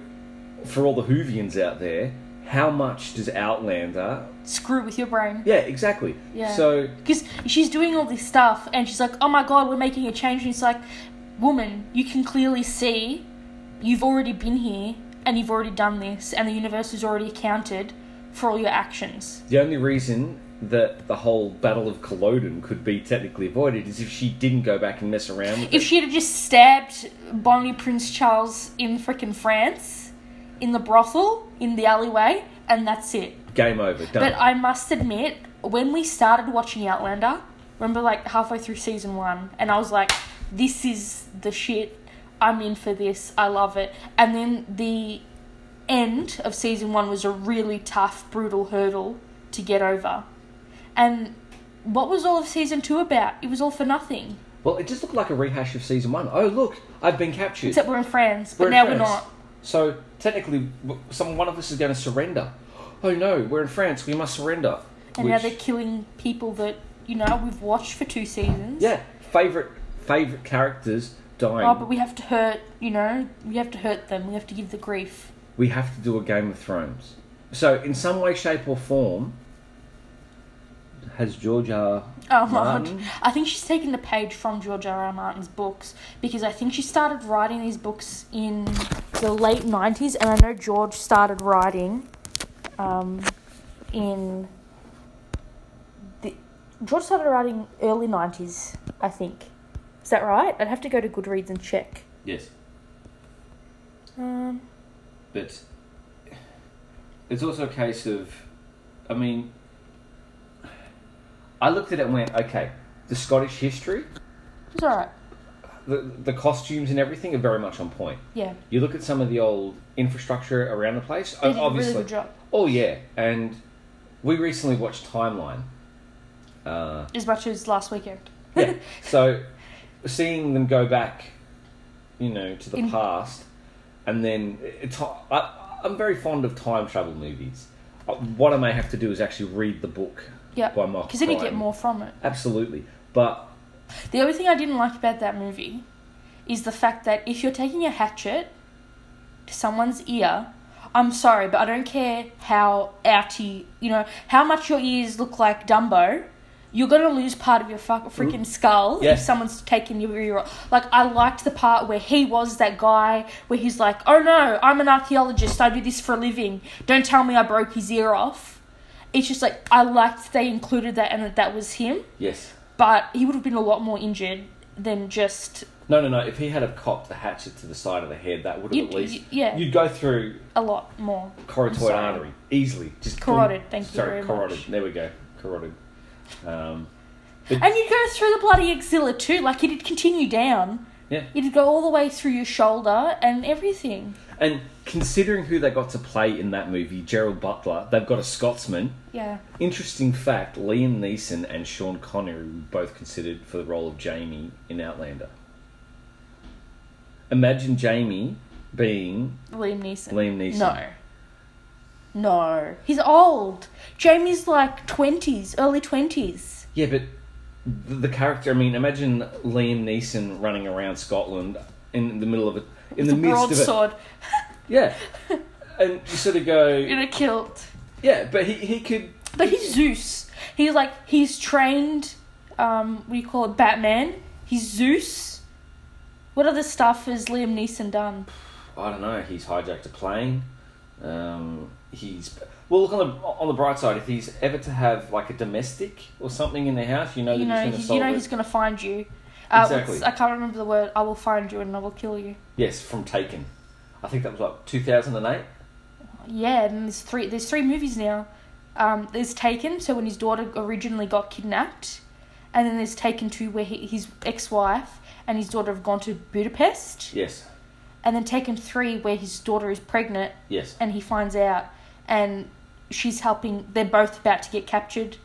Speaker 1: for all the Hoovians out there, how much does Outlander?
Speaker 2: Screw with your brain.
Speaker 1: Yeah, exactly.
Speaker 2: Yeah.
Speaker 1: So
Speaker 2: Because she's doing all this stuff and she's like, oh my god, we're making a change. And it's like, woman, you can clearly see you've already been here and you've already done this, and the universe has already accounted for all your actions.
Speaker 1: The only reason that the whole Battle of Culloden could be technically avoided is if she didn't go back and mess around with
Speaker 2: If
Speaker 1: it.
Speaker 2: she had just stabbed Bonnie Prince Charles in frickin' France, in the brothel, in the alleyway, and that's it.
Speaker 1: Game over, done.
Speaker 2: But I must admit, when we started watching Outlander, remember like halfway through season one, and I was like, this is the shit. I'm in for this. I love it. And then the end of season one was a really tough, brutal hurdle to get over. And what was all of season two about? It was all for nothing.
Speaker 1: well, it just looked like a rehash of season one. Oh, look, I've been captured.
Speaker 2: Except we're in France, but
Speaker 1: We're in
Speaker 2: now we're
Speaker 1: France.
Speaker 2: not.
Speaker 1: So technically, w- some one of us is going to surrender. Oh no, we're in France. We must surrender.
Speaker 2: And now
Speaker 1: Which-
Speaker 2: they're killing people that, you know, we've watched for two seasons.
Speaker 1: yeah, favorite favorite characters dying.
Speaker 2: Oh, but we have to hurt, you know, we have to hurt them. We have to give the grief.
Speaker 1: we have to do a Game of Thrones. So, in some way, shape, or form, has George uh, R.
Speaker 2: Oh,
Speaker 1: Martin?
Speaker 2: Martin. I think she's taken the page from George R. R. Martin's books because I think she started writing these books in the late 90s, and I know George started writing um, in. The, George started writing early 90s, I think. Is that right? I'd have to go to Goodreads and check.
Speaker 1: Yes,
Speaker 2: Um,
Speaker 1: but it's also a case of, I mean, I looked at it and went, okay, the Scottish history,
Speaker 2: it's alright.
Speaker 1: the the costumes and everything are very much on point.
Speaker 2: Yeah.
Speaker 1: You look at some of the old infrastructure around the place.
Speaker 2: They
Speaker 1: o-
Speaker 2: did a really
Speaker 1: obviously,
Speaker 2: good job.
Speaker 1: oh yeah, and we recently watched Timeline. Uh,
Speaker 2: As much as last weekend.
Speaker 1: yeah, so seeing them go back, you know, to the
Speaker 2: In-
Speaker 1: past, and then it's, I, I'm very fond of time travel movies. Uh, What I may have to do is actually read the book
Speaker 2: Yeah.
Speaker 1: by Michael.
Speaker 2: Because then you get
Speaker 1: Crichton.
Speaker 2: more from it.
Speaker 1: Absolutely, but
Speaker 2: The only thing I didn't like about that movie is the fact that if you're taking a hatchet to someone's ear, I'm sorry, but I don't care how outy, you know, how much your ears look like Dumbo. You're gonna lose part of your fuck, freaking skull
Speaker 1: Yeah.
Speaker 2: if someone's taking your ear. off. Like I liked the part where he was that guy where he's like, "Oh no, I'm an archaeologist. I do this for a living. Don't tell me I broke his ear off." It's just like I liked they included that and that that was him
Speaker 1: yes,
Speaker 2: but he would have been a lot more injured than just
Speaker 1: no, no, no. If he had have copped the hatchet to the side of the head, that would have
Speaker 2: You'd-
Speaker 1: at least
Speaker 2: yeah.
Speaker 1: you'd go through
Speaker 2: a lot more.
Speaker 1: carotid
Speaker 2: Sorry.
Speaker 1: artery easily. Just
Speaker 2: Carotid, thank you
Speaker 1: Sorry,
Speaker 2: very
Speaker 1: carotid.
Speaker 2: much.
Speaker 1: There we go, carotid. Um,
Speaker 2: And you'd go through the bloody axilla too, like it'd continue down.
Speaker 1: yeah,
Speaker 2: It'd go all the way through your shoulder and everything.
Speaker 1: and considering who they got to play in that movie, Gerald Butler, they've got a Scotsman.
Speaker 2: Yeah.
Speaker 1: Interesting fact: Liam Neeson and Sean Connery were both considered for the role of Jamie in Outlander. Imagine Jamie being
Speaker 2: Liam Neeson.
Speaker 1: Liam Neeson.
Speaker 2: No. No. He's old. Jamie's like 20s, early 20s.
Speaker 1: Yeah, but the, the character. I mean, imagine Liam Neeson running around Scotland in the middle of it, in the
Speaker 2: The
Speaker 1: midst of it.
Speaker 2: broadsword
Speaker 1: Yeah. And you sort of go,
Speaker 2: in a kilt.
Speaker 1: yeah, but he, he could.
Speaker 2: But he's Zeus. He's like he's trained. Um, what do you call it? Batman. He's Zeus. What other stuff has Liam Neeson done?
Speaker 1: I don't know. He's hijacked a plane. Um, he's Well, look on the on the bright side. If he's ever to have like a domestic or something in the house, you know that
Speaker 2: you know,
Speaker 1: he's going to
Speaker 2: he's, you
Speaker 1: solve
Speaker 2: know
Speaker 1: it.
Speaker 2: he's going to find you. Uh,
Speaker 1: Exactly.
Speaker 2: what's- I can't remember the word. I will find you and I will kill you.
Speaker 1: Yes, from Taken. I think that was like 2008.
Speaker 2: Yeah, and there's three. There's three movies now. Um, there's Taken, so when his daughter originally got kidnapped, and then there's Taken Two, where he, his ex-wife and his daughter have gone to Budapest,
Speaker 1: Yes,
Speaker 2: and then Taken Three, where his daughter is pregnant
Speaker 1: yes.
Speaker 2: and he finds out, and she's helping. They're both about to get captured,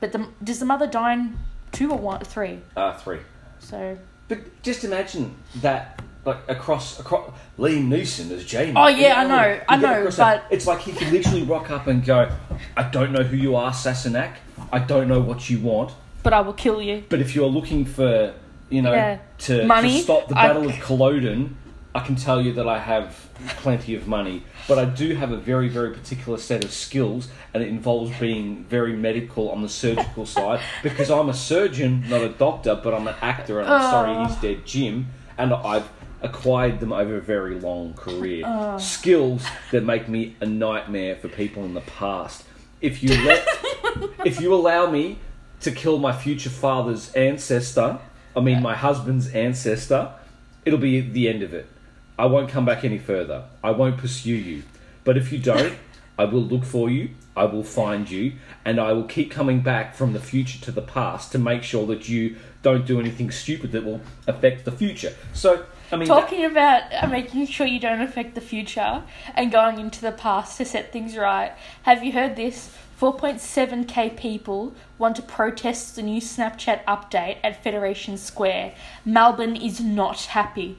Speaker 2: but the does the mother die in two or one three?
Speaker 1: Uh, three.
Speaker 2: So
Speaker 1: But just imagine that, like across across Liam Neeson as Jamie.
Speaker 2: Oh, yeah,
Speaker 1: You
Speaker 2: I know, I
Speaker 1: you get
Speaker 2: know,
Speaker 1: across that-
Speaker 2: but-
Speaker 1: it's like he could literally rock up and go, "I don't know who you are, Sassenach. I don't know what you want,
Speaker 2: but I will kill you.
Speaker 1: but if you're looking for, you know,
Speaker 2: Yeah.
Speaker 1: to, to
Speaker 2: Money,
Speaker 1: stop the
Speaker 2: I-
Speaker 1: Battle of Culloden." I can tell you that I have plenty of money, but I do have a very, very particular set of skills, and it involves being very medical on the surgical side because I'm a surgeon, not a doctor, but I'm an actor, and I'm sorry he's dead, Jim, and I've acquired them over a very long career. Skills that make me a nightmare for people in the past. If you let, if you allow me to kill my future father's ancestor, I mean my husband's ancestor, it'll be the end of it. I won't come back any further. I won't pursue you. But if you don't, I will look for you. I will find you, and I will keep coming back from the future to the past to make sure that you don't do anything stupid that will affect the future. So, I mean, that-
Speaker 2: Talking about uh, making sure you don't affect the future and going into the past to set things right. Have you heard this? 4.7k people want to protest the new Snapchat update at Federation Square. Melbourne is not happy.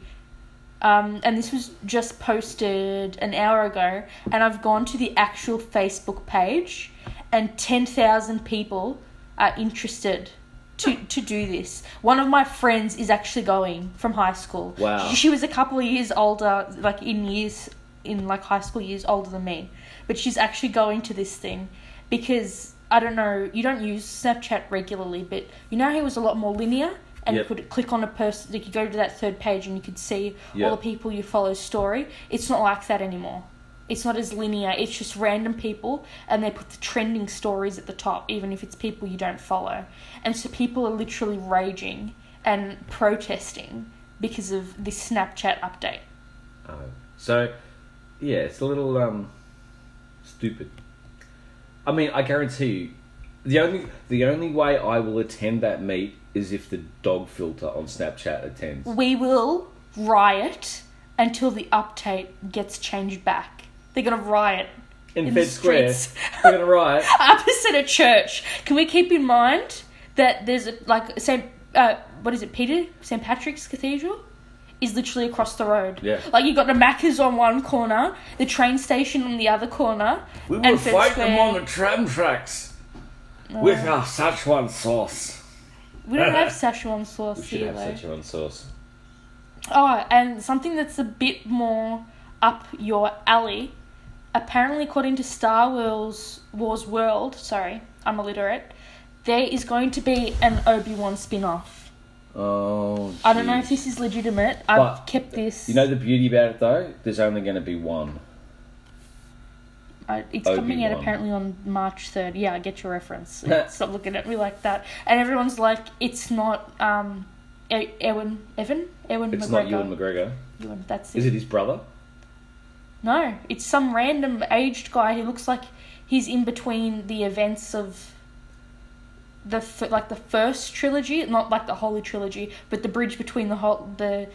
Speaker 2: Um, and this was just posted an hour ago, and I've gone to the actual Facebook page, and 10,000 people are interested to, to do this. One of my friends is actually going from high school.
Speaker 1: Wow.
Speaker 2: She, she was a couple of years older, like in years, in like high school years older than me, but she's actually going to this thing because. I don't know, you don't use Snapchat regularly, but you know how it was a lot more linear and
Speaker 1: Yep.
Speaker 2: you could click on a person, you could go to that third page and you could see
Speaker 1: Yeah.
Speaker 2: all the people you follow's story. It's not like that anymore. It's not as linear. It's just random people, and they put the trending stories at the top, even if it's people you don't follow. And so people are literally raging and protesting because of this Snapchat update.
Speaker 1: Oh. So, yeah, it's a little um, stupid. I mean, I guarantee you, the only the only way I will attend that meet is if the dog filter on Snapchat attends.
Speaker 2: We will riot until the update gets changed back. They're gonna riot
Speaker 1: In,
Speaker 2: in
Speaker 1: Fed
Speaker 2: the
Speaker 1: Square,
Speaker 2: streets.
Speaker 1: we're gonna riot.
Speaker 2: opposite a church. Can we keep in mind that there's a, like St. Uh, what is it, Peter? St. Patrick's Cathedral is literally across the road.
Speaker 1: Yeah.
Speaker 2: Like you've got the Macca's on one corner, the train station on the other corner.
Speaker 1: We
Speaker 2: and Fed Square.
Speaker 1: the tram tracks with our Szechuan sauce.
Speaker 2: We don't have Szechuan sauce
Speaker 1: We should
Speaker 2: here
Speaker 1: have
Speaker 2: though.
Speaker 1: Szechuan sauce.
Speaker 2: Oh, and something that's a bit more up your alley. Apparently, according to Star Wars, Wars World, sorry, I'm illiterate, there is going to be an Obi Wan spin off.
Speaker 1: Oh,
Speaker 2: I don't know
Speaker 1: jeez.
Speaker 2: if this is legitimate. I've
Speaker 1: But-
Speaker 2: kept this.
Speaker 1: You know the beauty about it though. There's only going to be one.
Speaker 2: I, it's coming out
Speaker 1: Obi-Wan.
Speaker 2: apparently on March third. Yeah, I get your reference. Stop looking at me like that. And everyone's like, it's not um, E- Ewan Evan Ewan
Speaker 1: It's
Speaker 2: McGregor.
Speaker 1: not you and McGregor.
Speaker 2: Ewan, that's
Speaker 1: Is it his brother?
Speaker 2: No, it's some random aged guy who looks like he's in between the events of the f- like the first trilogy, not like the Holy trilogy, but the bridge between the whole the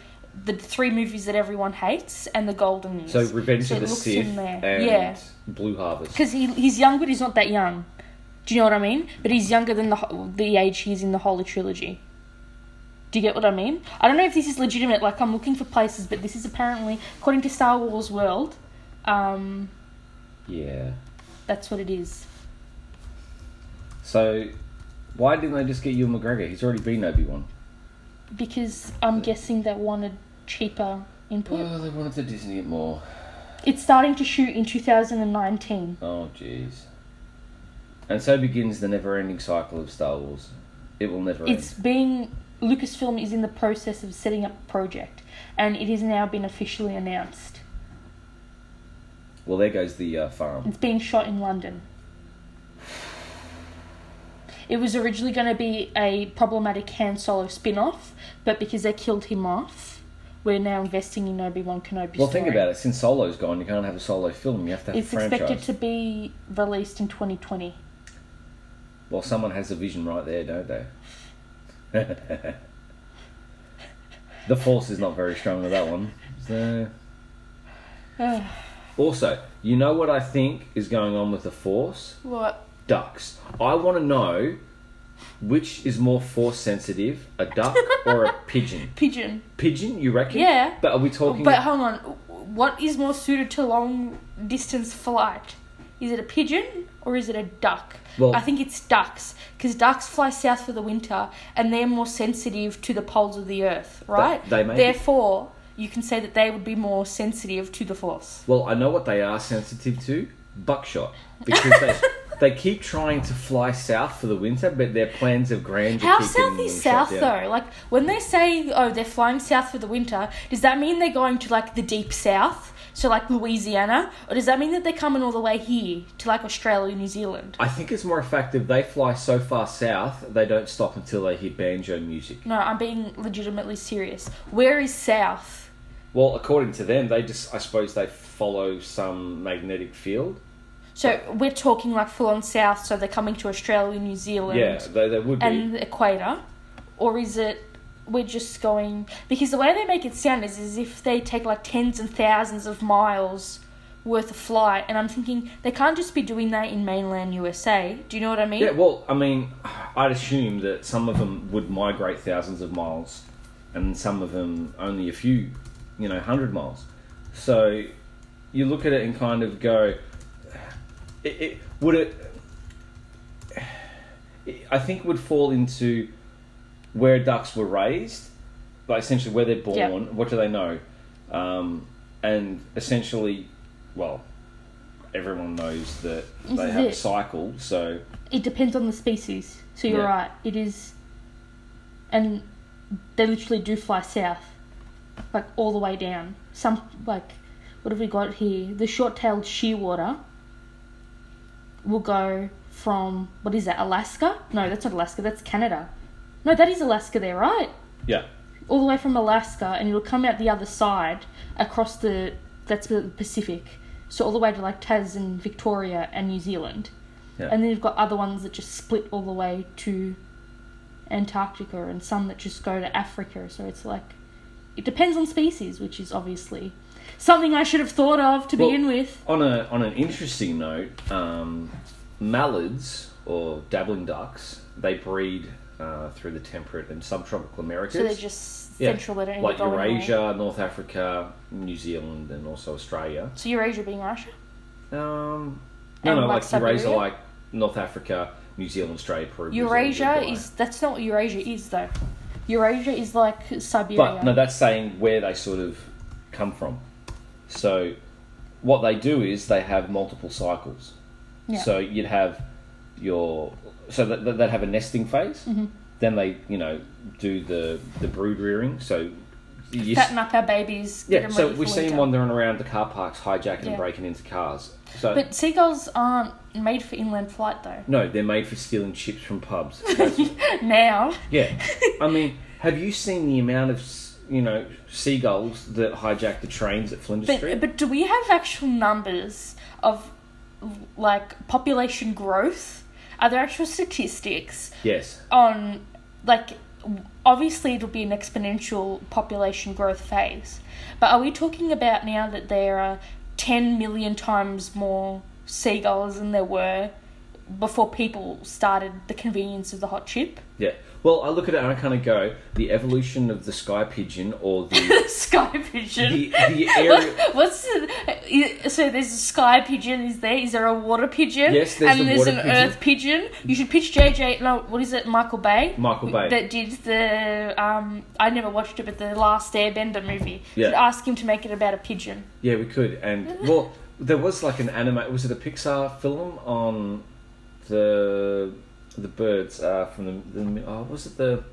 Speaker 2: the three movies that everyone hates and the Golden Years.
Speaker 1: So Revenge
Speaker 2: So
Speaker 1: of
Speaker 2: it
Speaker 1: the
Speaker 2: looks
Speaker 1: Sith
Speaker 2: in there.
Speaker 1: and
Speaker 2: Yeah.
Speaker 1: Blue Harvest.
Speaker 2: because he he's young, but he's not that young. Do you know what I mean? But he's younger than the ho- the age he's in the Holy trilogy. Do you get what I mean? I don't know if this is legitimate. Like I'm looking for places, but this is apparently according to Star Wars World. Um,
Speaker 1: Yeah.
Speaker 2: that's what it is.
Speaker 1: So why didn't they just get you and McGregor? He's already been Obi Wan.
Speaker 2: Because I'm guessing they wanted cheaper input.
Speaker 1: Oh, they wanted to Disney it more.
Speaker 2: It's starting to shoot in 2019.
Speaker 1: Oh, jeez. And so begins the never-ending cycle of Star Wars. It will never
Speaker 2: It's being. Lucasfilm is in the process of setting up a project, and it has now been officially announced.
Speaker 1: end. Well, there goes the uh, farm.
Speaker 2: It's being shot in London. It was originally going to be a problematic Han Solo spin off, but because they killed him off, we're now investing in Obi Wan Kenobi's
Speaker 1: Well,
Speaker 2: story.
Speaker 1: think about it. Since Solo's gone, you can't have a Solo film. You have to have
Speaker 2: It's
Speaker 1: a franchise.
Speaker 2: expected to be released in 2020.
Speaker 1: Well, someone has a vision right there, don't they? the force is not very strong with that one. So.
Speaker 2: Ugh.
Speaker 1: Also, you know what I think is going on with the force?
Speaker 2: what?
Speaker 1: Ducks. I want to know which is more force sensitive, a duck or a pigeon.
Speaker 2: Pigeon.
Speaker 1: Pigeon, you reckon?
Speaker 2: Yeah.
Speaker 1: But are we talking?
Speaker 2: But hold on, what is more suited to long distance flight? Is it a pigeon or is it a duck?
Speaker 1: Well-
Speaker 2: I think it's ducks because ducks fly south for the winter and they're more sensitive to the poles of the earth, right?
Speaker 1: they may be.
Speaker 2: Therefore, you can say that they would be more sensitive to the force.
Speaker 1: Well, I know what they are sensitive to buckshot because they they keep trying to fly south for the winter, but their plans of grandeur.
Speaker 2: How
Speaker 1: keep
Speaker 2: south
Speaker 1: getting
Speaker 2: is
Speaker 1: them shut
Speaker 2: south
Speaker 1: down.
Speaker 2: though? Like when they say, "Oh, they're flying south for the winter," does that mean they're going to like the deep south, so like Louisiana, or does that mean that they're coming all the way here to like Australia, New Zealand?
Speaker 1: I think it's more effective. They fly so far south, they don't stop until they hear banjo music.
Speaker 2: No, I'm being legitimately serious. Where is South?
Speaker 1: Well, according to them, they just, I suppose, they follow some magnetic field.
Speaker 2: So we're talking like full on South, so they're coming to Australia, New Zealand,
Speaker 1: Yeah, they, they would be.
Speaker 2: and the equator? Or is it we're just going. Because the way they make it sound is as if they take like tens and thousands of miles worth of flight, and I'm thinking they can't just be doing that in mainland USA. Do you know what I mean?
Speaker 1: yeah, well, I mean, I'd assume that some of them would migrate thousands of miles, and some of them only a few, you know, hundred miles. So you look at it and kind of go, it, it would it. I think it would fall into where ducks were raised, but essentially where they're born.
Speaker 2: Yeah.
Speaker 1: What do they know? Um, and essentially, well, everyone knows that
Speaker 2: This
Speaker 1: they
Speaker 2: is
Speaker 1: have a
Speaker 2: it.
Speaker 1: cycle. So
Speaker 2: It depends on the species. So you're
Speaker 1: Yeah.
Speaker 2: right. It is. And they literally do fly south. Like all the way down. Some, like, what have we got here? The short tailed shearwater will go from, what is that, Alaska? No, that's not Alaska, that's Canada. No, that is Alaska there, right?
Speaker 1: yeah.
Speaker 2: All the way from Alaska, and it'll come out the other side across the, that's the Pacific. So all the way to like Tas and Victoria and New Zealand.
Speaker 1: Yeah.
Speaker 2: And then you've got other ones that just split all the way to Antarctica, and some that just go to Africa. So it's like it depends on species, which is obviously something I should have thought of to
Speaker 1: Well-
Speaker 2: begin with.
Speaker 1: On a on an interesting note, um, mallards or dabbling ducks they breed uh, through the temperate and subtropical Americas.
Speaker 2: So they're just
Speaker 1: Yeah.
Speaker 2: central. They don't
Speaker 1: like
Speaker 2: even go anywhere.
Speaker 1: Eurasia, North Africa, New Zealand, and also Australia.
Speaker 2: So Eurasia being Russia.
Speaker 1: Um, no,
Speaker 2: And,
Speaker 1: no, like,
Speaker 2: like,
Speaker 1: Eurasia,
Speaker 2: Siberia?
Speaker 1: like North Africa, New Zealand, Australia, Peru. Brazil,
Speaker 2: Eurasia
Speaker 1: Uruguay.
Speaker 2: is that's not what Eurasia is though. Eurasia is like Siberia.
Speaker 1: But no, that's saying where they sort of come from. So what they do is they have multiple cycles.
Speaker 2: Yeah.
Speaker 1: So you'd have your so that that- they'd have a nesting phase.
Speaker 2: Mm-hmm.
Speaker 1: Then they you know do the the brood rearing. So you,
Speaker 2: Fatten up our babies. get
Speaker 1: yeah.
Speaker 2: 'em
Speaker 1: So
Speaker 2: ready for
Speaker 1: we've seen
Speaker 2: winter.
Speaker 1: wandering around the car parks, hijacking and
Speaker 2: Yeah.
Speaker 1: breaking into cars. So
Speaker 2: But seagulls aren't made for inland flight though.
Speaker 1: no, they're made for stealing chips from pubs.
Speaker 2: now.
Speaker 1: Yeah, I mean, have you seen the amount of s- you know seagulls that hijack the trains at Flinders Street?
Speaker 2: But, but do we have actual numbers of like population growth? Are there actual statistics
Speaker 1: yes.
Speaker 2: on like w- obviously it'll be an exponential population growth phase, but are we talking about now that there are 10 million times more seagulls than there were before people started the convenience of the hot chip?
Speaker 1: Yeah. Well, I look at it and I kind of go, the evolution of the sky pigeon or the
Speaker 2: Sky pigeon.
Speaker 1: the, the
Speaker 2: What-
Speaker 1: area.
Speaker 2: what's the, i- so there's a sky pigeon is there is there a water pigeon
Speaker 1: Yes, there's
Speaker 2: and
Speaker 1: the
Speaker 2: there's
Speaker 1: water
Speaker 2: an
Speaker 1: pigeon.
Speaker 2: earth pigeon you should pitch jj no what is it michael bay
Speaker 1: Michael Bay.
Speaker 2: that did the um i never watched it but the last airbender movie
Speaker 1: Yeah.
Speaker 2: should ask him to make it about a pigeon
Speaker 1: Yeah, we could. And well, there was like an anime. Was it a Pixar film on the the birds uh, from the, the oh, was it the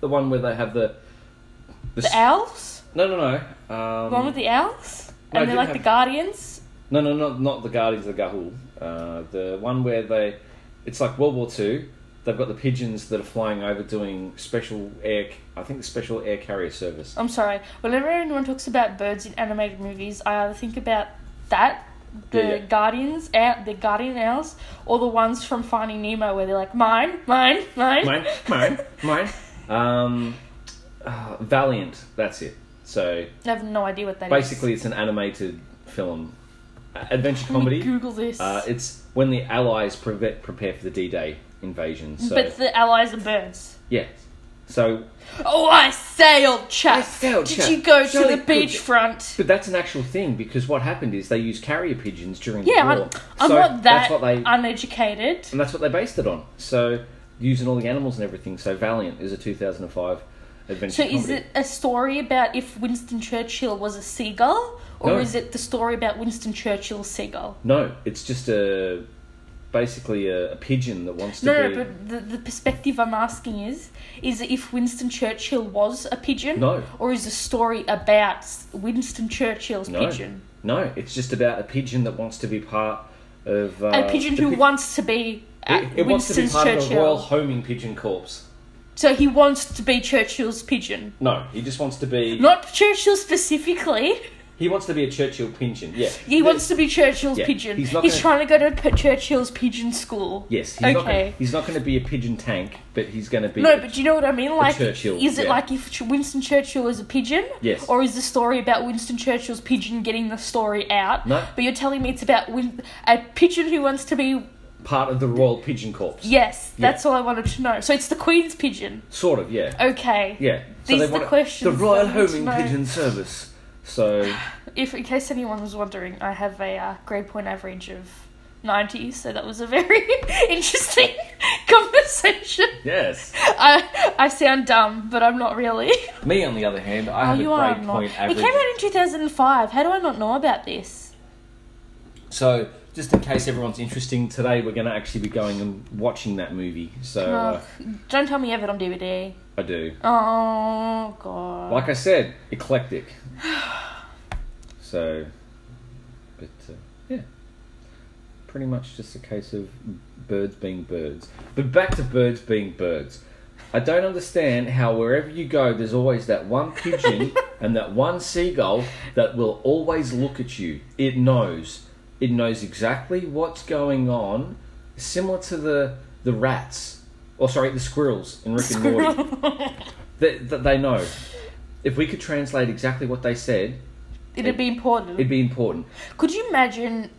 Speaker 1: the one where they have the
Speaker 2: the owls
Speaker 1: no no no um,
Speaker 2: the one with the owls
Speaker 1: no, um,
Speaker 2: and
Speaker 1: Mm. I
Speaker 2: they're
Speaker 1: didn't
Speaker 2: like
Speaker 1: have-
Speaker 2: the guardians
Speaker 1: No, no, not not the Guardians of the Gahul. Uh, the one where they, it's like World War Two. They've got the pigeons that are flying over doing special air. I think the special air carrier service.
Speaker 2: I'm sorry. Whenever anyone talks about birds in animated movies, I either think about that, the
Speaker 1: Yeah, yeah.
Speaker 2: guardians, out the guardian owls, or the ones from Finding Nemo where they're like mine, mine, mine.
Speaker 1: Mine, mine, mine. Um, uh, Valiant. That's it. So
Speaker 2: I have no idea what that is.
Speaker 1: basically, it's an animated film, uh, adventure
Speaker 2: Let me
Speaker 1: comedy.
Speaker 2: Google this.
Speaker 1: Uh, it's when the Allies preve- prepare for the D-Day invasion. So
Speaker 2: But the allies are birds.
Speaker 1: yeah. So,
Speaker 2: Oh, I sailed, chap.
Speaker 1: I sailed,
Speaker 2: Did
Speaker 1: chap.
Speaker 2: you go to
Speaker 1: Jolly
Speaker 2: the
Speaker 1: good.
Speaker 2: beachfront?
Speaker 1: but that's an actual thing because what happened is they used carrier pigeons during
Speaker 2: Yeah,
Speaker 1: the
Speaker 2: I'm,
Speaker 1: war.
Speaker 2: I'm
Speaker 1: so
Speaker 2: not that
Speaker 1: That's what they
Speaker 2: uneducated.
Speaker 1: and that's what they based it on. So using all the animals and everything. So Valiant is a 2005 adventure.
Speaker 2: So is
Speaker 1: comedy.
Speaker 2: it a story about if Winston Churchill was a seagull, or
Speaker 1: No.
Speaker 2: is it the story about Winston Churchill's seagull?
Speaker 1: No, it's just a basically a, a pigeon that wants to
Speaker 2: No,
Speaker 1: be.
Speaker 2: no, but the, the perspective I'm asking is is if Winston Churchill was a pigeon?
Speaker 1: No.
Speaker 2: Or is the story about Winston Churchill's
Speaker 1: No.
Speaker 2: pigeon?
Speaker 1: No, it's just about a pigeon that wants to be part of uh,
Speaker 2: A pigeon
Speaker 1: the
Speaker 2: who
Speaker 1: pi-
Speaker 2: wants to be uh,
Speaker 1: It, it wants to be
Speaker 2: Winston's
Speaker 1: part of the
Speaker 2: Churchill.
Speaker 1: Royal Homing Pigeon Corps.
Speaker 2: So he wants to be Churchill's pigeon.
Speaker 1: No, he just wants to be.
Speaker 2: Not Churchill specifically.
Speaker 1: He wants to be a Churchill pigeon. Yeah,
Speaker 2: He wants to be Churchill's
Speaker 1: Yeah,
Speaker 2: pigeon. He's,
Speaker 1: he's not gonna-
Speaker 2: trying to go to P- Churchill's pigeon school.
Speaker 1: Yes, he's not. Gonna,
Speaker 2: okay.
Speaker 1: he's not going to be a pigeon tank, but he's going to be.
Speaker 2: No, but do you know what I mean? Like,
Speaker 1: Churchill,
Speaker 2: is it
Speaker 1: yeah.
Speaker 2: like if Ch- Winston Churchill was a pigeon?
Speaker 1: Yes.
Speaker 2: Or is the story about Winston Churchill's pigeon getting the story out?
Speaker 1: No.
Speaker 2: But you're telling me it's about win- a pigeon who wants to be.
Speaker 1: part of the Royal Pigeon Corps.
Speaker 2: Yes,
Speaker 1: Yeah.
Speaker 2: that's all I wanted to know. So it's the Queen's pigeon.
Speaker 1: Sort of. Yeah.
Speaker 2: Okay.
Speaker 1: Yeah.
Speaker 2: These
Speaker 1: they
Speaker 2: are the
Speaker 1: want it-
Speaker 2: questions
Speaker 1: The Royal
Speaker 2: that I need to
Speaker 1: Homing
Speaker 2: know.
Speaker 1: Pigeon Service. So
Speaker 2: If, in case anyone was wondering, I have a uh, grade point average of 90, so that was a very interesting conversation.
Speaker 1: yes,
Speaker 2: I I sound dumb, but I'm not really.
Speaker 1: me on the other hand, I
Speaker 2: Oh,
Speaker 1: have a
Speaker 2: you are
Speaker 1: grade
Speaker 2: not.
Speaker 1: point
Speaker 2: It
Speaker 1: average.
Speaker 2: came out in 2005. How do I not know about this?
Speaker 1: So, just in case everyone's interesting, today we're going to actually be going and watching that movie. So, uh,
Speaker 2: Ugh, don't tell me you have it on DVD.
Speaker 1: I do.
Speaker 2: Oh god.
Speaker 1: Like I said, eclectic. So, but uh, yeah, pretty much just a case of birds being birds. But back to birds being birds. I don't understand how wherever you go, there's always that one pigeon and that one seagull that will always look at you. It knows. It knows exactly what's going on, similar to the the rats. Or sorry, the squirrels in Rick and Morty that, that they know. If we could translate exactly what they said,
Speaker 2: It'd be important.
Speaker 1: it'd be important.
Speaker 2: Could you imagine?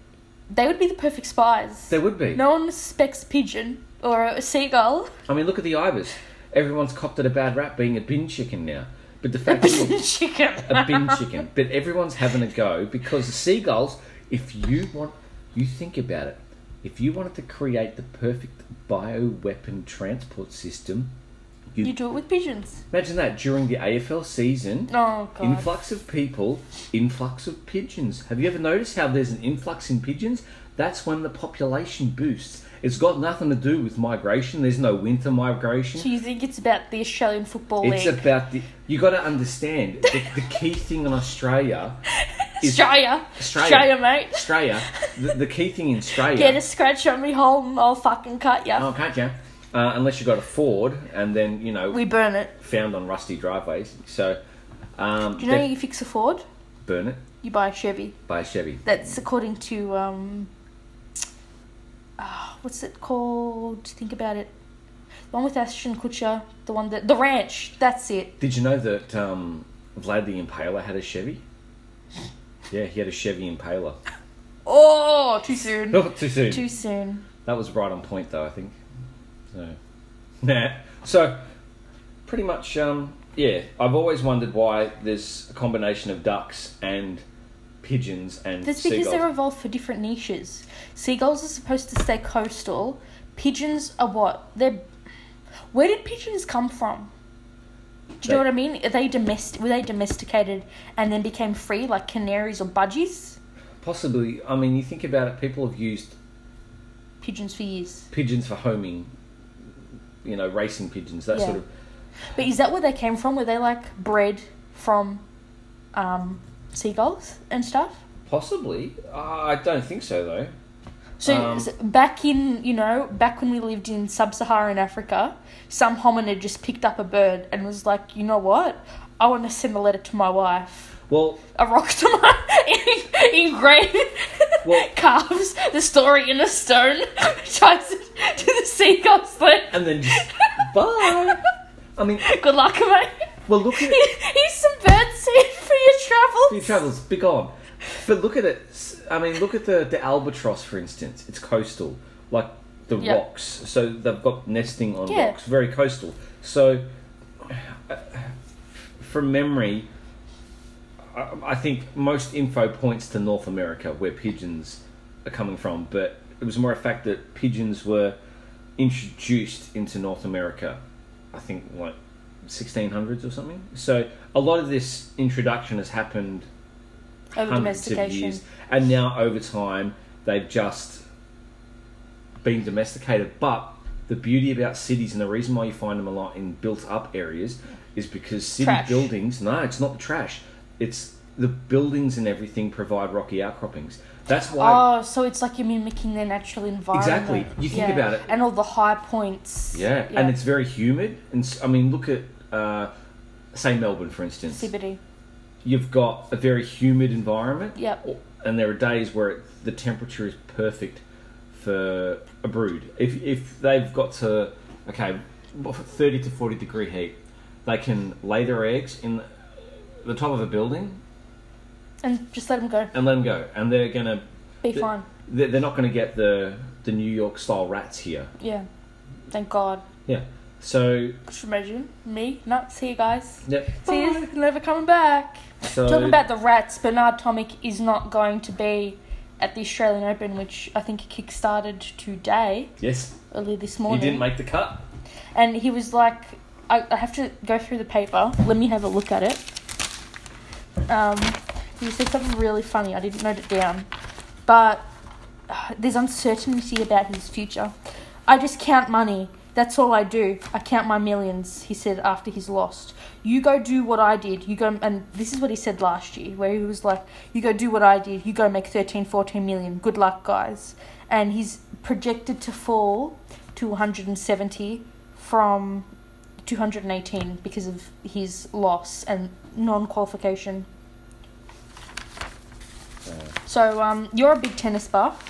Speaker 2: They would be the perfect spies.
Speaker 1: There would be.
Speaker 2: No one suspects a pigeon or a seagull.
Speaker 1: I mean, look at the ibis. Everyone's copped at a bad rap being a bin chicken now. But the fact is,
Speaker 2: Chicken.
Speaker 1: a bin chicken. But everyone's having a go because the seagulls. If you want, you think about it. If you wanted to create the perfect bioweapon transport system, you,
Speaker 2: You do it with pigeons.
Speaker 1: imagine that during the AFL season.
Speaker 2: Oh god.
Speaker 1: Influx of people, influx of pigeons. Have you ever noticed how there's an influx in pigeons? That's when the population boosts. It's got nothing to do with migration. There's no winter
Speaker 2: so
Speaker 1: migration.
Speaker 2: you think it's about the Australian football
Speaker 1: It's
Speaker 2: league?
Speaker 1: about the. You got to understand the, the key thing in Australia. is-
Speaker 2: Australia.
Speaker 1: Australia.
Speaker 2: mate.
Speaker 1: Australia. The, the key thing in Australia.
Speaker 2: Get a scratch on me hole and I'll fucking cut ya.
Speaker 1: oh, can't you? Uh, unless you got a Ford, and then you know
Speaker 2: We burn it.
Speaker 1: found on rusty driveways. So, um,
Speaker 2: Do you know
Speaker 1: then
Speaker 2: you fix a Ford?
Speaker 1: burn it
Speaker 2: You buy a Chevy.
Speaker 1: by a Chevy.
Speaker 2: That's according to um, ah, what's it called? Think about it. The one with Ashton Kutcher. The one that the ranch. That's it.
Speaker 1: Did you know that um, Vlad the Impaler had a Chevy? Yeah, he had a Chevy Impaler.
Speaker 2: Oh, too soon.
Speaker 1: Not too soon.
Speaker 2: Too soon.
Speaker 1: That was right on point, though. I think. So, nah. So, pretty much, um, yeah. I've always wondered why there's a combination of ducks and pigeons and
Speaker 2: That's because
Speaker 1: seagulls.
Speaker 2: they're evolved for different niches. Seagulls are supposed to stay coastal. Pigeons are what? They're. Where did pigeons come from? Do you know
Speaker 1: They-
Speaker 2: what I mean? Are they domestic? Were they domesticated and then became free, like canaries or budgies?
Speaker 1: Possibly. I mean, you think about it. People have used
Speaker 2: Pigeons for years.
Speaker 1: pigeons for homing. You know, racing pigeons. That
Speaker 2: Yeah.
Speaker 1: sort of.
Speaker 2: But is that where they came from? Were they like bred from um, seagulls and stuff?
Speaker 1: Possibly. Uh, I don't think so, though.
Speaker 2: So,
Speaker 1: Um,
Speaker 2: s- back in, you know, back when we lived in sub Saharan Africa, some hominid just picked up a bird and was like, you know what? I want to send a letter to my wife.
Speaker 1: Well,
Speaker 2: A rock to my in, in grave
Speaker 1: Well-
Speaker 2: carves the story in a stone, tries it to the seagulls. Like,
Speaker 1: and then just. bye! I mean,
Speaker 2: good luck, mate.
Speaker 1: well, look at it.
Speaker 2: Here's some bird seed for your travels.
Speaker 1: Your travels, be gone. But look at it. S- I mean, look at the, the albatross, for instance. It's coastal, like the
Speaker 2: Yeah.
Speaker 1: rocks. So they've got nesting on
Speaker 2: Yeah.
Speaker 1: rocks, very coastal. So, uh, from memory, I, I think most info points to North America, where pigeons are coming from. But it was more a fact that pigeons were introduced into North America. I think like 1600s or something. So a lot of this introduction has happened
Speaker 2: Over
Speaker 1: hundreds of
Speaker 2: Oh, domestication.
Speaker 1: years, and now over time they've just been domesticated. But the beauty about cities and the reason why you find them a lot in built-up areas is because city
Speaker 2: Trash.
Speaker 1: buildings. No, it's not the trash. It's the buildings and everything provide rocky outcroppings. That's why.
Speaker 2: Oh, so it's like you're mimicking their natural environment.
Speaker 1: Exactly. You think
Speaker 2: Yeah.
Speaker 1: about it.
Speaker 2: And all the high points.
Speaker 1: yeah. and it's very humid. And s- I mean, look at uh, say Melbourne for instance.
Speaker 2: CBD.
Speaker 1: you've got a very humid environment.
Speaker 2: Yep.
Speaker 1: And there are days where it, the temperature is perfect for a brood. If if they've got to okay, thirty to forty degree heat, they can lay their eggs in the top of a building
Speaker 2: And just let them go.
Speaker 1: and let them go, and they're gonna
Speaker 2: Be
Speaker 1: The-
Speaker 2: fine.
Speaker 1: they're they're not gonna get the the New York style rats here.
Speaker 2: Yeah. Thank God.
Speaker 1: Yeah. So
Speaker 2: Could you imagine me? No. See you guys.
Speaker 1: yeah.
Speaker 2: See you. Never coming back.
Speaker 1: So
Speaker 2: Talking about the rats, Bernard Tomic is not going to be at the Australian Open, which I think kick-started today,
Speaker 1: yes,
Speaker 2: early this
Speaker 1: he
Speaker 2: morning.
Speaker 1: didn't make the cut.
Speaker 2: and he was like, I, I have to go through the paper. Let me have a look at it. Um, he said something really funny. I didn't note it down. But uh, there's uncertainty about his future. I just count money. That's all I do. I count my millions, he said after he's lost. You go do what I did. You go, and this is what he said last year, where he was like, You go do what I did. You go make 13, 14 million. Good luck, guys. And he's projected to fall to 170 from 218 because of his loss and non qualification. So um, you're a big tennis buff.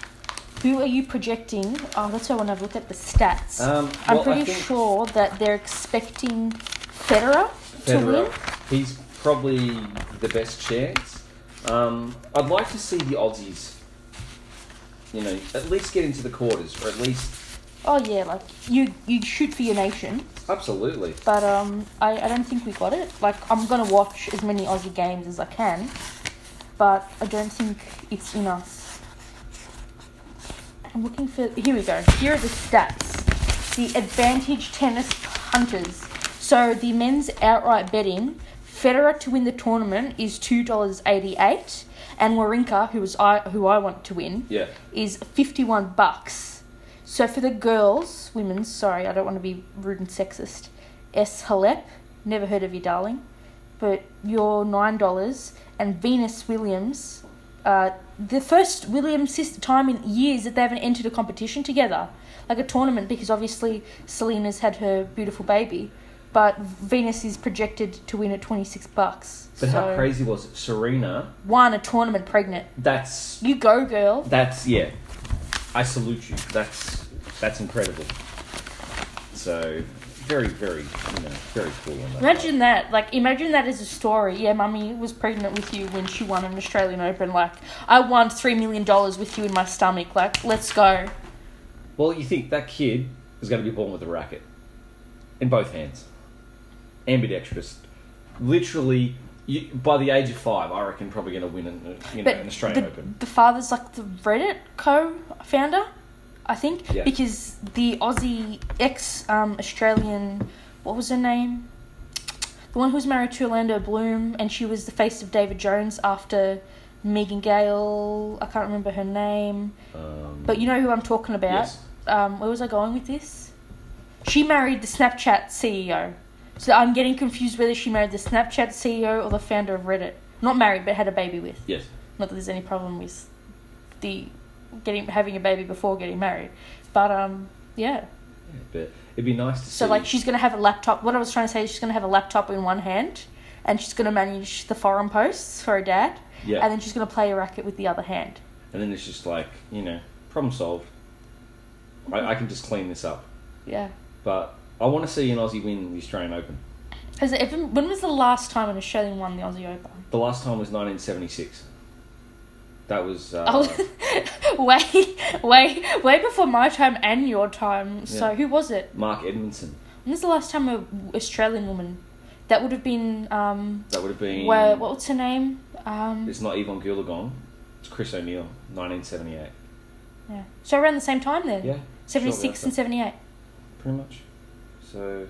Speaker 2: Who are you projecting? Oh, that's why I want to have a look at the stats.
Speaker 1: Um,
Speaker 2: I'm
Speaker 1: well, I
Speaker 2: pretty
Speaker 1: think-
Speaker 2: sure that they're expecting Federer, to
Speaker 1: Federer.
Speaker 2: win.
Speaker 1: He's probably the best chance. Um, I'd like to see the Aussies, you know, at least get into the quarters, or at least
Speaker 2: Oh yeah, like you you shoot for your nation,
Speaker 1: absolutely.
Speaker 2: but um, I, I don't think we got it. Like I'm gonna watch as many Aussie games as I can, but I don't think it's in us. I'm looking for. Here we go. Here are the stats. The advantage tennis hunters. So the men's outright betting. Federer to win the tournament is two dollars eighty eight, and Wawrinka, who was I, who I want to win,
Speaker 1: Yeah.
Speaker 2: is fifty one bucks. So for the girls, women, sorry, I don't want to be rude and sexist. S Halep, never heard of you, darling, but you're nine dollars, and Venus Williams. Uh, the first Williams sis- time in years that they haven't entered a competition together, like a tournament, because obviously Selena's had her beautiful baby, but Venus is projected to win at twenty six bucks.
Speaker 1: But how
Speaker 2: So,
Speaker 1: crazy was it? Serena,
Speaker 2: Won a tournament pregnant.
Speaker 1: that's
Speaker 2: You go, girl.
Speaker 1: that's yeah. I salute you. That's that's incredible. So very very you know very cool on that.
Speaker 2: Imagine that. Like, imagine that as a story. Yeah, mummy was pregnant with you when she won an Australian Open. Like, I won $3 million with you in my stomach. Like, let's go.
Speaker 1: Well, you think that kid is going to be born with a racket in both hands, ambidextrous. Literally, you, by the age of five, I reckon probably going to win an, uh, you know, an Australian
Speaker 2: the,
Speaker 1: Open.
Speaker 2: the father's like the Reddit co founder, I think.
Speaker 1: Yeah.
Speaker 2: Because the Aussie ex um, Australian, what was her name? The one who was married to Orlando Bloom and she was the face of David Jones after Megan Gale. I can't remember her name.
Speaker 1: Um,
Speaker 2: But you know who I'm talking about.
Speaker 1: Yes.
Speaker 2: Um, where was I going with this? She married the Snapchat CEO. So I'm E getting confused whether she married the Snapchat CEO or the founder of Reddit. Not married, but had a baby with.
Speaker 1: yes,
Speaker 2: Not that there's any problem with the getting having a baby before getting married, but um,
Speaker 1: Yeah,
Speaker 2: yeah.
Speaker 1: but it'd be nice to
Speaker 2: So
Speaker 1: see.
Speaker 2: like she's gonna have a laptop. What I was trying to say is she's gonna have a laptop in one hand, and she's gonna manage the forum posts for her dad,
Speaker 1: yeah,
Speaker 2: and then she's gonna play a racket with the other hand.
Speaker 1: and then it's just like you know, problem solved. I, I can just clean this up,
Speaker 2: Yeah.
Speaker 1: but I want to see an Aussie win the Australian Open.
Speaker 2: Has it ever, when was the last time an Australian won the Aussie Open?
Speaker 1: The last time was 1976. That was uh,
Speaker 2: Oh, way, way, way before my time and your time. So
Speaker 1: Yeah.
Speaker 2: who was it?
Speaker 1: Mark Edmondson.
Speaker 2: When was the last time a Australian woman? That would have been um,
Speaker 1: That would have been.
Speaker 2: where, what's her name? Um,
Speaker 1: It's not Yvonne Goolagong. It's Chris O'Neill, 1978.
Speaker 2: yeah. So around the same time then,
Speaker 1: Yeah,
Speaker 2: seventy six and seventy eight.
Speaker 1: pretty much. So,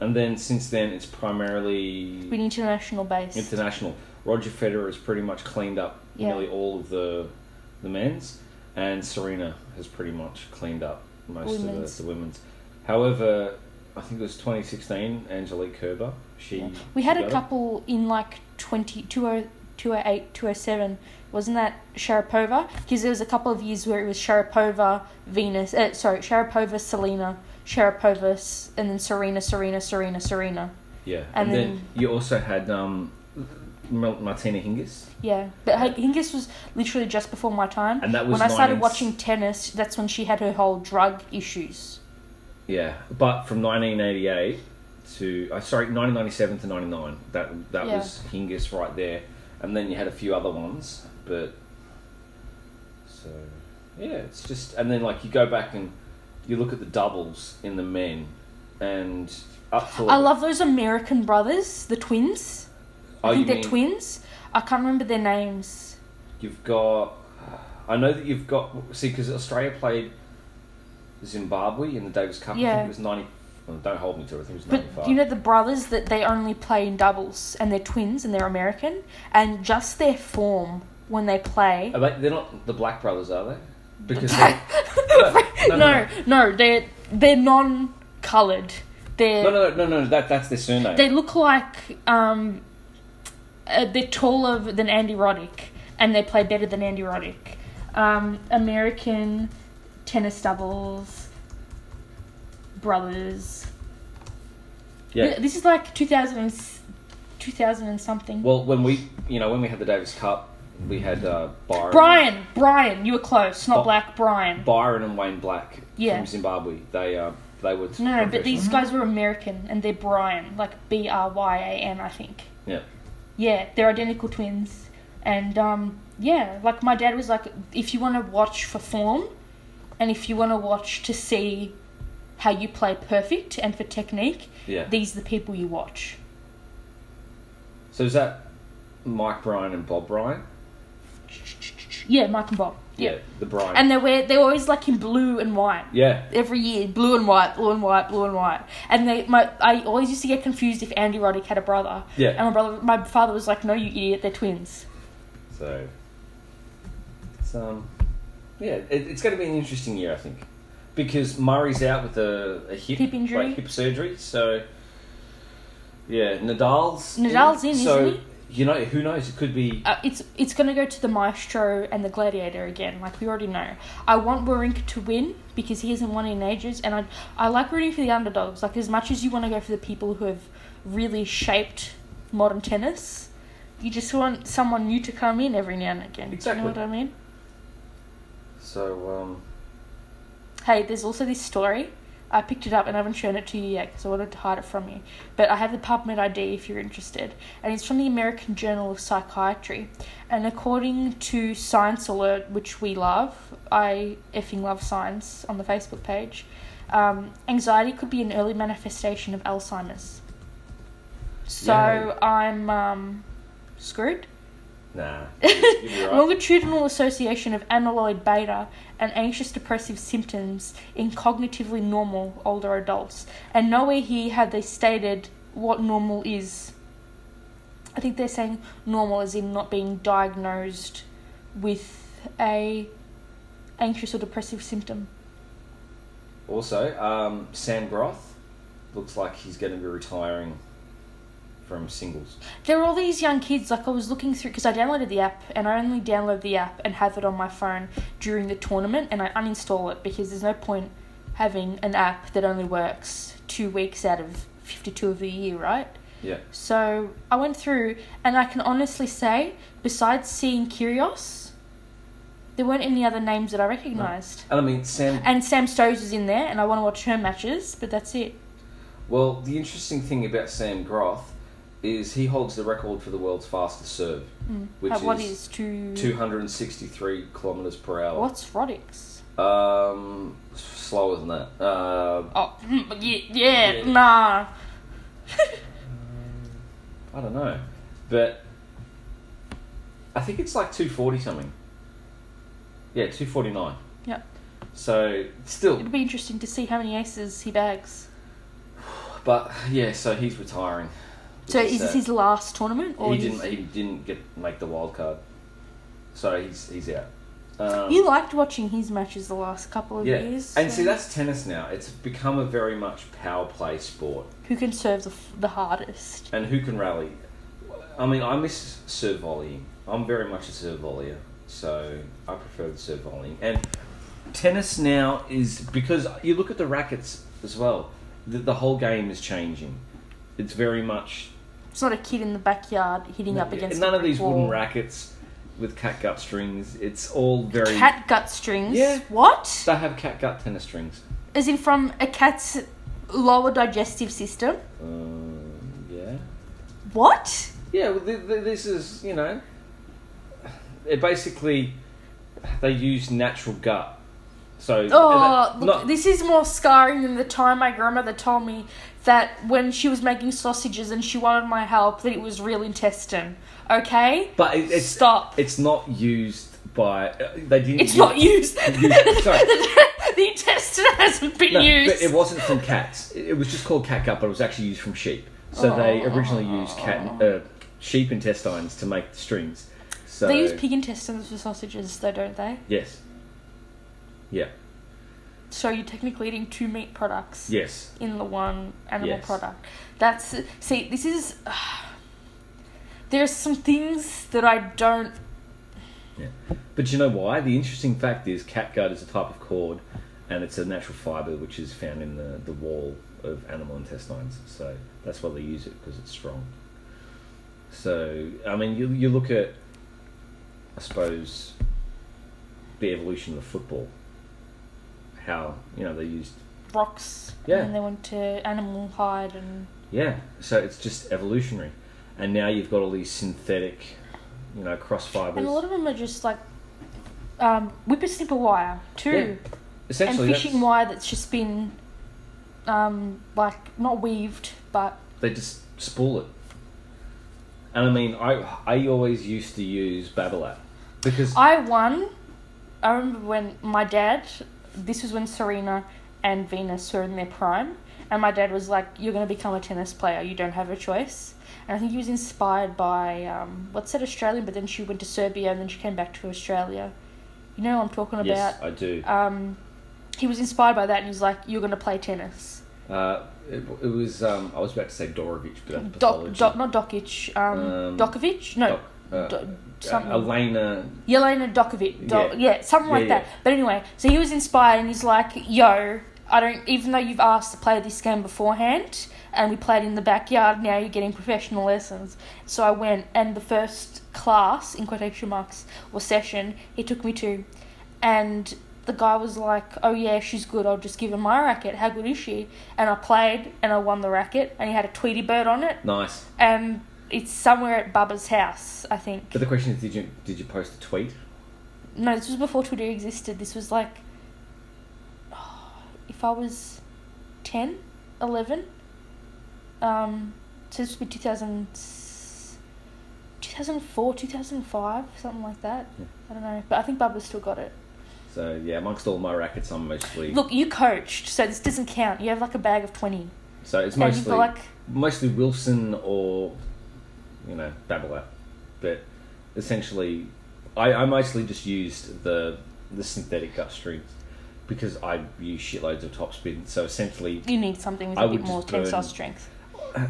Speaker 1: and then since then, it's primarily
Speaker 2: Been international based.
Speaker 1: international. Roger Federer has pretty much cleaned up
Speaker 2: Yeah.
Speaker 1: nearly all of the the men's, and Serena has pretty much cleaned up most
Speaker 2: Women's.
Speaker 1: of the, the women's. However, I think it was 2016. Angelique Kerber. She
Speaker 2: Yeah. We
Speaker 1: she
Speaker 2: had
Speaker 1: got
Speaker 2: a
Speaker 1: it.
Speaker 2: couple in like oh, 20, 20 208, 207. Wasn't that Sharapova? Because there was a couple of years where it was Sharapova, Venus, uh, sorry, Sharapova, Selena, Sharapova, S- and then Serena, Serena, Serena, Serena.
Speaker 1: Yeah,
Speaker 2: and
Speaker 1: and, then,
Speaker 2: then-
Speaker 1: you also had um, Mar- Martina Hingis,
Speaker 2: Yeah, but I think this was literally just before my time.
Speaker 1: and that was
Speaker 2: When I started
Speaker 1: 19
Speaker 2: watching tennis, that's when she had her whole drug issues.
Speaker 1: Yeah, but from 1988 to uh, sorry, 1997 to 99. That that
Speaker 2: Yeah.
Speaker 1: was Hingis right there, and then you had a few other ones, but so yeah, it's just and then like you go back and you look at the doubles in the men, and up to
Speaker 2: I love those American brothers, the twins.
Speaker 1: Oh,
Speaker 2: I think
Speaker 1: you
Speaker 2: they're
Speaker 1: mean-
Speaker 2: twins. I can't remember their names.
Speaker 1: You've got. I know that you've got. See, because Australia played Zimbabwe in the Davis Cup. I
Speaker 2: Yeah.
Speaker 1: think it was 90. well, don't hold me to it. I think it was
Speaker 2: But
Speaker 1: 95.
Speaker 2: you know the brothers that they only play in doubles and they're twins and they're American and just their form when they play.
Speaker 1: Are they, Oh, they're not the Black Brothers, are they? Because
Speaker 2: no,
Speaker 1: they- no, no,
Speaker 2: no,
Speaker 1: no.
Speaker 2: no, they're they're non-colored. They're
Speaker 1: no, no, no, no, no. That that's their surname.
Speaker 2: they look like um, uh, they're taller than Andy Roddick and they play better than Andy Roddick. Um, American tennis doubles brothers.
Speaker 1: yeah.
Speaker 2: This is like 2000 and, s- 2000 and something.
Speaker 1: Well, when we, you know, when we had the Davis Cup, we had uh, Byron,
Speaker 2: Brian, Brian, you were close. Not
Speaker 1: Oh.
Speaker 2: black, Brian.
Speaker 1: Byron and Wayne Black
Speaker 2: Yeah.
Speaker 1: from Zimbabwe. They uh, they were
Speaker 2: No, no, but these
Speaker 1: professional.
Speaker 2: guys were American, and they're Brian, like B R Y A N, I think.
Speaker 1: Yeah.
Speaker 2: Yeah, they're identical twins, and um, yeah, like my dad was like, if you want to watch for form, and if you want to watch to see how you play perfect and for technique,
Speaker 1: yeah.
Speaker 2: these are the people you watch.
Speaker 1: So is that Mike Bryan and Bob Bryan?
Speaker 2: Yeah, Mike and Bob. Yeah,
Speaker 1: the Bryan.
Speaker 2: and they wear they're always like in blue and white.
Speaker 1: yeah,
Speaker 2: every year, blue and white, blue and white, blue and white. And they, my, I always used to get confused if Andy Roddick had a brother.
Speaker 1: Yeah.
Speaker 2: And my brother, my father was like, "No, you idiot, they're twins."
Speaker 1: So it's um yeah, it, it's going to be an interesting year, I think, because Murray's out with a, a hip,
Speaker 2: Hip injury.
Speaker 1: like, hip surgery. So yeah, Nadal's
Speaker 2: Nadal's in,
Speaker 1: so,
Speaker 2: isn't
Speaker 1: You know who knows? It could be
Speaker 2: Uh, it's it's gonna go to the Maestro and the Gladiator again, like we already know. I want Wawrinka to win because he hasn't won in ages, and I I like rooting for the underdogs. Like as much as you want to go for the people who have really shaped modern tennis, you just want someone new to come in every now and again.
Speaker 1: Exactly.
Speaker 2: You know what I mean?
Speaker 1: so. um
Speaker 2: Hey, there's also this story. I picked it up and I haven't shown it to you yet because I wanted to hide it from you. But I have the PubMed ID if you're interested. And it's from the American Journal of Psychiatry. And according to Science Alert, which we love, I effing love science on the Facebook page, um, anxiety could be an early manifestation of Alzheimer's. So
Speaker 1: Yay.
Speaker 2: I'm um, screwed.
Speaker 1: Nah, you'll be right.
Speaker 2: Longitudinal association of amyloid beta and anxious depressive symptoms in cognitively normal older adults. And nowhere here have they stated what normal is. I think they're saying normal as in not being diagnosed with a anxious or depressive symptom.
Speaker 1: Also, um, Sam Groth looks like he's going to be retiring from singles.
Speaker 2: There were all these young kids, like I was looking through, because I downloaded the app and I only download the app and have it on my phone during the tournament and I uninstall it because there's no point having an app that only works two weeks out of 52 of the year, right?
Speaker 1: Yeah.
Speaker 2: So I went through and I can honestly say, besides seeing Kyrios, there weren't any other names that I recognised.
Speaker 1: And I mean, Sam.
Speaker 2: And Sam Stowes was in there and I want to watch her matches, but that's it.
Speaker 1: Well, the interesting thing about Sam Groth is he holds the record for the world's fastest serve, which
Speaker 2: Like, Hmm. Uh, what
Speaker 1: is
Speaker 2: is two?
Speaker 1: 263 kilometers per hour.
Speaker 2: What's Rodix?
Speaker 1: Um, slower than that. Uh,
Speaker 2: Oh, mm, yeah, yeah,
Speaker 1: Yeah.
Speaker 2: nah.
Speaker 1: I don't know, but I think it's like 240 something. Yeah, 249.
Speaker 2: Yep.
Speaker 1: So still,
Speaker 2: It'll be interesting to see how many aces he bags.
Speaker 1: but yeah. So he's retiring.
Speaker 2: So
Speaker 1: Which
Speaker 2: is this
Speaker 1: sad.
Speaker 2: his last tournament, or
Speaker 1: He
Speaker 2: he's-
Speaker 1: didn't. He didn't get make the wild card. So he's he's out. Um,
Speaker 2: you liked watching his matches the last couple of
Speaker 1: yeah,
Speaker 2: years?
Speaker 1: and
Speaker 2: so-
Speaker 1: see that's tennis now. It's become a very much power play sport,
Speaker 2: who can serve the, f- the hardest.
Speaker 1: and who can rally. I mean, I miss serve volleying. I'm very much a serve volleyer, so I prefer the serve volleying. And tennis now is because you look at the rackets as well. The, the whole game is changing. It's very much
Speaker 2: It's not a kid in the backyard hitting up against
Speaker 1: none
Speaker 2: a
Speaker 1: of these
Speaker 2: brick
Speaker 1: wooden
Speaker 2: wall.
Speaker 1: rackets with cat gut strings. It's all very
Speaker 2: Cat gut strings.
Speaker 1: Yeah.
Speaker 2: What?
Speaker 1: They have cat gut tennis strings.
Speaker 2: As in from a cat's lower digestive system.
Speaker 1: Um, yeah.
Speaker 2: What?
Speaker 1: Yeah. Well, th- th- this is you know, it basically they use natural gut. So
Speaker 2: Oh,
Speaker 1: and that-
Speaker 2: look,
Speaker 1: not-
Speaker 2: this is more scarring than the time my grandmother told me that when she was making sausages and she wanted my help, that it was real intestine. Okay?
Speaker 1: but it, it's
Speaker 2: Stop.
Speaker 1: It's not used by uh, they didn't.
Speaker 2: It's
Speaker 1: use-
Speaker 2: not used.
Speaker 1: used- sorry.
Speaker 2: the intestine hasn't been
Speaker 1: No,
Speaker 2: used.
Speaker 1: but it wasn't from cats. It it was just called cat gut, but it was actually used from sheep. So
Speaker 2: Oh.
Speaker 1: they originally used cat uh, sheep intestines to make the strings. So
Speaker 2: They use pig intestines for sausages, though, don't they?
Speaker 1: Yes. Yeah.
Speaker 2: So you're technically eating two meat products
Speaker 1: Yes.
Speaker 2: in the one animal
Speaker 1: Yes.
Speaker 2: product. That's see, this is. there are some things that I don't
Speaker 1: Yeah. But you know why? The interesting fact is cat gut is a type of cord and it's a natural fiber which is found in the, the wall of animal intestines. So that's why they use it because it's strong. So, I mean, you, you look at, I suppose, the evolution of football. How, you know, they used.
Speaker 2: rocks.
Speaker 1: Yeah.
Speaker 2: And then they went to animal hide and
Speaker 1: Yeah. So it's just evolutionary. And now you've got all these synthetic, you know, cross fibers.
Speaker 2: and a lot of them are just like um, whippersnipper wire too, and
Speaker 1: Essentially,
Speaker 2: fishing
Speaker 1: that's-
Speaker 2: wire that's just been um, like not weaved but
Speaker 1: they just spool it. And I mean, I I always used to use Babbel app because
Speaker 2: I won. I remember when my dad. This was when Serena and Venus were in their prime, and my dad was like, "You're going to become a tennis player. You don't have a choice." And I think he was inspired by um, what's that Australian? But then she went to Serbia, and then she came back to Australia. You know what I'm talking about?
Speaker 1: yes, I do.
Speaker 2: Um, he was inspired by that, and he's like, "You're going to play tennis."
Speaker 1: Uh, it, it was um, I was about to say Dorovic, but that's
Speaker 2: Doc,
Speaker 1: pathology.
Speaker 2: doc, not Dokic. Um,
Speaker 1: Um,
Speaker 2: Dokovic? No,
Speaker 1: Doc- uh,
Speaker 2: Do-
Speaker 1: uh,
Speaker 2: something.
Speaker 1: Elena.
Speaker 2: Yelena Dokovic, Do-
Speaker 1: Yeah.
Speaker 2: yeah. something like
Speaker 1: Yeah,
Speaker 2: that. But anyway, so he was inspired and he's like, "Yo, I don't. Even though you've asked to play this game beforehand, and we played in the backyard, now you're getting professional lessons." So I went, and the first class in quotation marks or session he took me to, and the guy was like, "Oh yeah, she's good. I'll just give her my racket. How good is she?" And I played, and I won the racket, and he had a Tweety bird on it,
Speaker 1: Nice.
Speaker 2: and it's somewhere at Bubba's house, I think.
Speaker 1: But the question is, did you did you post a tweet?
Speaker 2: No, this was before Twitter existed. This was like. If I was 10, 11. Um, so this would be 2000, 2004, 2005, something like that.
Speaker 1: Yeah.
Speaker 2: I don't know. But I think Bubba still got it.
Speaker 1: So yeah, amongst all my rackets, I'm mostly
Speaker 2: Look, you coached, so this doesn't count. You have like a bag of 20.
Speaker 1: so it's
Speaker 2: And you've
Speaker 1: mostly
Speaker 2: got like.
Speaker 1: mostly Wilson or you know Babbel app, but essentially, I, I mostly just used the the synthetic gut strings because I use shitloads of topspin. So essentially,
Speaker 2: You need something with
Speaker 1: I
Speaker 2: a bit
Speaker 1: would
Speaker 2: more
Speaker 1: just burn-
Speaker 2: tensile strength.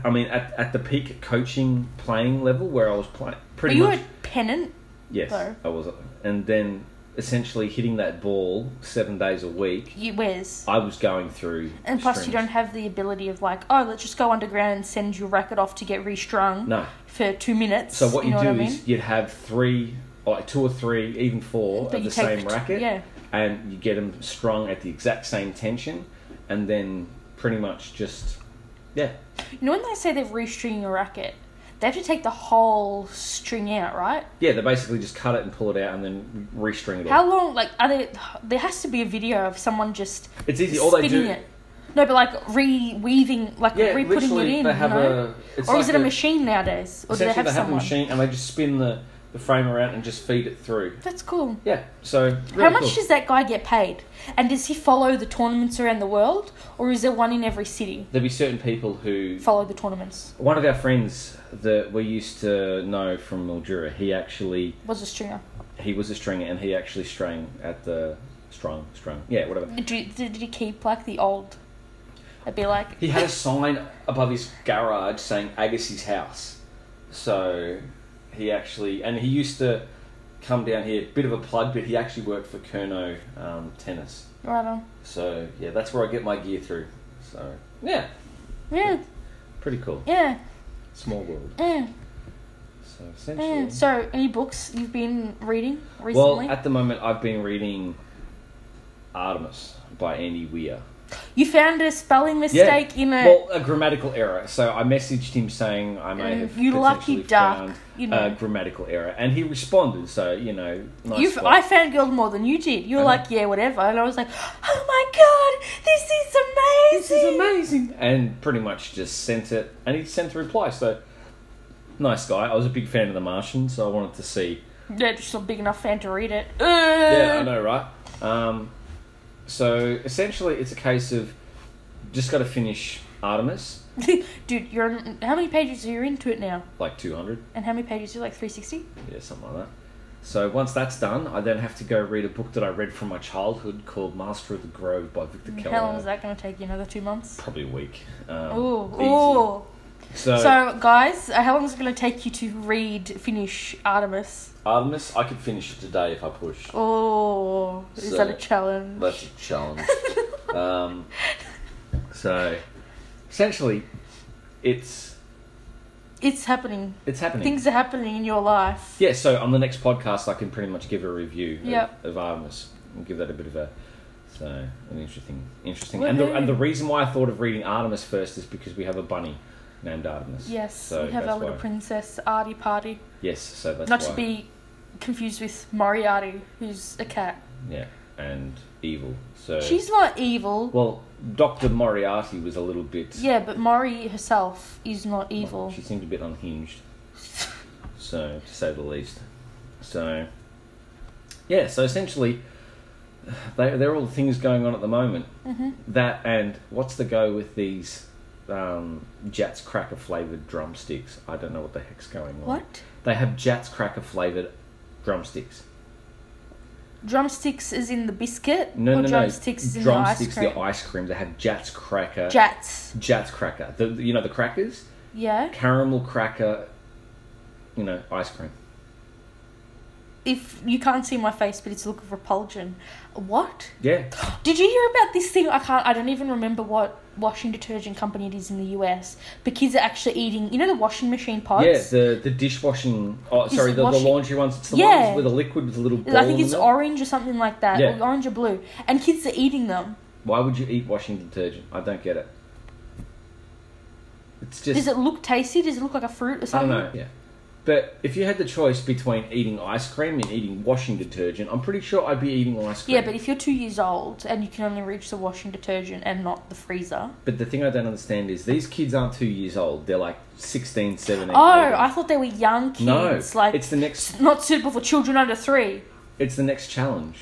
Speaker 1: I mean, at, at the peak coaching playing level where I was playing
Speaker 2: But
Speaker 1: pretty
Speaker 2: you were
Speaker 1: much.
Speaker 2: a pennant.
Speaker 1: yes,
Speaker 2: though.
Speaker 1: I was, and then essentially hitting that ball seven days a week.
Speaker 2: You where's
Speaker 1: I was going through.
Speaker 2: and plus you don't
Speaker 1: strings.
Speaker 2: have the ability of like, oh, let's just go underground and send your racket off to get restrung
Speaker 1: No.
Speaker 2: for two minutes.
Speaker 1: So what you,
Speaker 2: know
Speaker 1: do
Speaker 2: what I mean?
Speaker 1: is you'd have three, like two or three, even four
Speaker 2: But
Speaker 1: of
Speaker 2: you
Speaker 1: the
Speaker 2: take-
Speaker 1: same racket,
Speaker 2: yeah.
Speaker 1: and you get them strung at the exact same tension, and then pretty much just yeah,
Speaker 2: You know when they say they're restringing a racket, they have to take the whole string out, right?
Speaker 1: yeah. They basically just cut it and pull it out, and then restring it. all.
Speaker 2: How long? Like, are they? There has to be a video of someone just
Speaker 1: It's easy. All they
Speaker 2: spinning
Speaker 1: do,
Speaker 2: it. No, but like re-weaving, like
Speaker 1: yeah,
Speaker 2: re-putting it
Speaker 1: literally
Speaker 2: in.
Speaker 1: they have
Speaker 2: you know?
Speaker 1: a. It's
Speaker 2: or
Speaker 1: like
Speaker 2: is it a, machine nowadays? Or do they
Speaker 1: Essentially,
Speaker 2: have,
Speaker 1: they have a
Speaker 2: someone?
Speaker 1: machine, and they just spin the the frame around and just feed it through.
Speaker 2: That's cool.
Speaker 1: Yeah. So
Speaker 2: How
Speaker 1: really
Speaker 2: much
Speaker 1: cool.
Speaker 2: does that guy get paid? And does he follow the tournaments around the world, or is there one in every city
Speaker 1: there'd be certain people who
Speaker 2: follow the tournaments?
Speaker 1: One of our friends that we used to know from Mildura, he actually
Speaker 2: Was a stringer.
Speaker 1: he was a stringer and he actually strung at the strung strung yeah whatever.
Speaker 2: Did, you- did he keep like the old? I'd be like,
Speaker 1: He had a sign above his garage saying Agassi's house, so he actually and he used to come down here. Bit of a plug, but he actually worked for Kerno um, Tennis.
Speaker 2: right on.
Speaker 1: So yeah, that's where I get my gear through. So yeah,
Speaker 2: Yeah,
Speaker 1: pretty cool.
Speaker 2: yeah,
Speaker 1: Small world.
Speaker 2: yeah,
Speaker 1: So
Speaker 2: yeah.
Speaker 1: essentially.
Speaker 2: So, any books you've been reading recently?
Speaker 1: Well, at the moment, I've been reading Artemis by Andy Weir.
Speaker 2: you found a spelling mistake in a.
Speaker 1: Well, a grammatical error. So I messaged him saying I may
Speaker 2: Mm,
Speaker 1: have
Speaker 2: you lucky
Speaker 1: potentially
Speaker 2: duck,
Speaker 1: found
Speaker 2: you know.
Speaker 1: a grammatical error, and he responded. So you know, nice Uh-huh.
Speaker 2: you,
Speaker 1: spot.
Speaker 2: I fangirled more than you did. You were
Speaker 1: I know.
Speaker 2: like, yeah, whatever. And I was like, oh my god, this is amazing.
Speaker 1: this is amazing, and pretty much just sent it, and he sent a reply. So nice guy. I was a big fan of The Martian, so I wanted to see
Speaker 2: They're just not big enough fan to read it. Uh,
Speaker 1: Yeah, I know, right? Um, so essentially, it's a case of just got to finish Artemis,
Speaker 2: Dude, you're on, how many pages are you into it now?
Speaker 1: like 200,
Speaker 2: And how many pages are you like 360?
Speaker 1: yeah, something like that. So once that's done, I then have to go read a book that I read from my childhood called Master of the Grove by Victor Keller.
Speaker 2: Mm, How long is that going to take you? Another two months?
Speaker 1: Probably a week. Um,
Speaker 2: Ooh,
Speaker 1: easy.
Speaker 2: ooh.
Speaker 1: So,
Speaker 2: So, guys, uh, how long is it going to take you to read, finish Artemis?
Speaker 1: Artemis, I could finish it today if I push.
Speaker 2: Oh, is
Speaker 1: So-
Speaker 2: that a challenge?
Speaker 1: That's a challenge. um, so essentially, it's
Speaker 2: It's happening.
Speaker 1: it's happening.
Speaker 2: Things are happening in your life.
Speaker 1: Yeah, so on the next podcast, I can pretty much give a review of-
Speaker 2: Yep.
Speaker 1: of, Artemis and give that a bit of a so an interesting, interesting.
Speaker 2: Woohoo.
Speaker 1: And the, and the reason why I thought of reading Artemis first is because we have a bunny named Artemis.
Speaker 2: Yes,
Speaker 1: so
Speaker 2: we have
Speaker 1: that's
Speaker 2: our little
Speaker 1: why-
Speaker 2: princess, Artie Party.
Speaker 1: Yes, so that's
Speaker 2: Not
Speaker 1: why.
Speaker 2: to be confused with Moriarty, who's a cat.
Speaker 1: Yeah, and evil. So
Speaker 2: She's not evil.
Speaker 1: well, Doctor Moriarty was a little bit.
Speaker 2: yeah, but Mori herself is not evil.
Speaker 1: She seemed a bit unhinged, so to say the least. So, yeah. So essentially, they, they're all the things going on at the moment.
Speaker 2: hmm
Speaker 1: That and what's the go with these um, Jats cracker flavored drumsticks? I don't know what the heck's going on.
Speaker 2: What?
Speaker 1: They have Jats cracker flavored drumsticks.
Speaker 2: Drumsticks is in the biscuit?
Speaker 1: No,
Speaker 2: or
Speaker 1: no,
Speaker 2: drumsticks
Speaker 1: no.
Speaker 2: is in
Speaker 1: drumsticks,
Speaker 2: the ice
Speaker 1: the
Speaker 2: cream?
Speaker 1: ice cream. They have Jats cracker.
Speaker 2: Jats.
Speaker 1: Jats cracker. The, you know the crackers,
Speaker 2: Yeah.
Speaker 1: caramel cracker. You know ice cream.
Speaker 2: If you can't see my face, but it's look repulsion. What?
Speaker 1: Yeah.
Speaker 2: Did you hear about this thing? I can't. I don't even remember what washing detergent company it is in the US. But kids are actually eating. You know the washing machine pods.
Speaker 1: Yeah. The the dishwashing. Oh,
Speaker 2: Is
Speaker 1: sorry.
Speaker 2: it
Speaker 1: The, the
Speaker 2: washing-
Speaker 1: laundry ones. It's the
Speaker 2: Yeah.
Speaker 1: ones with a liquid with a little ball.
Speaker 2: I think
Speaker 1: in
Speaker 2: it's
Speaker 1: the-
Speaker 2: orange or something like that,
Speaker 1: Yeah.
Speaker 2: or orange or blue. And kids are eating them.
Speaker 1: Why would you eat washing detergent? I don't get it. It's just
Speaker 2: Does it um, look tasty? Does it look like a fruit or
Speaker 1: I don't
Speaker 2: something?
Speaker 1: know. Yeah. But if you had the choice between eating ice cream and eating washing detergent, I'm pretty sure I'd be eating ice cream.
Speaker 2: Yeah, but if you're two years old and you can only reach the washing detergent and not the freezer.
Speaker 1: But the thing I don't understand is these kids aren't two years old. They're like 16, 17.
Speaker 2: Oh,
Speaker 1: 18.
Speaker 2: I thought they were young kids.
Speaker 1: no.
Speaker 2: like
Speaker 1: it's the next.
Speaker 2: not suitable for children under three.
Speaker 1: It's the next challenge.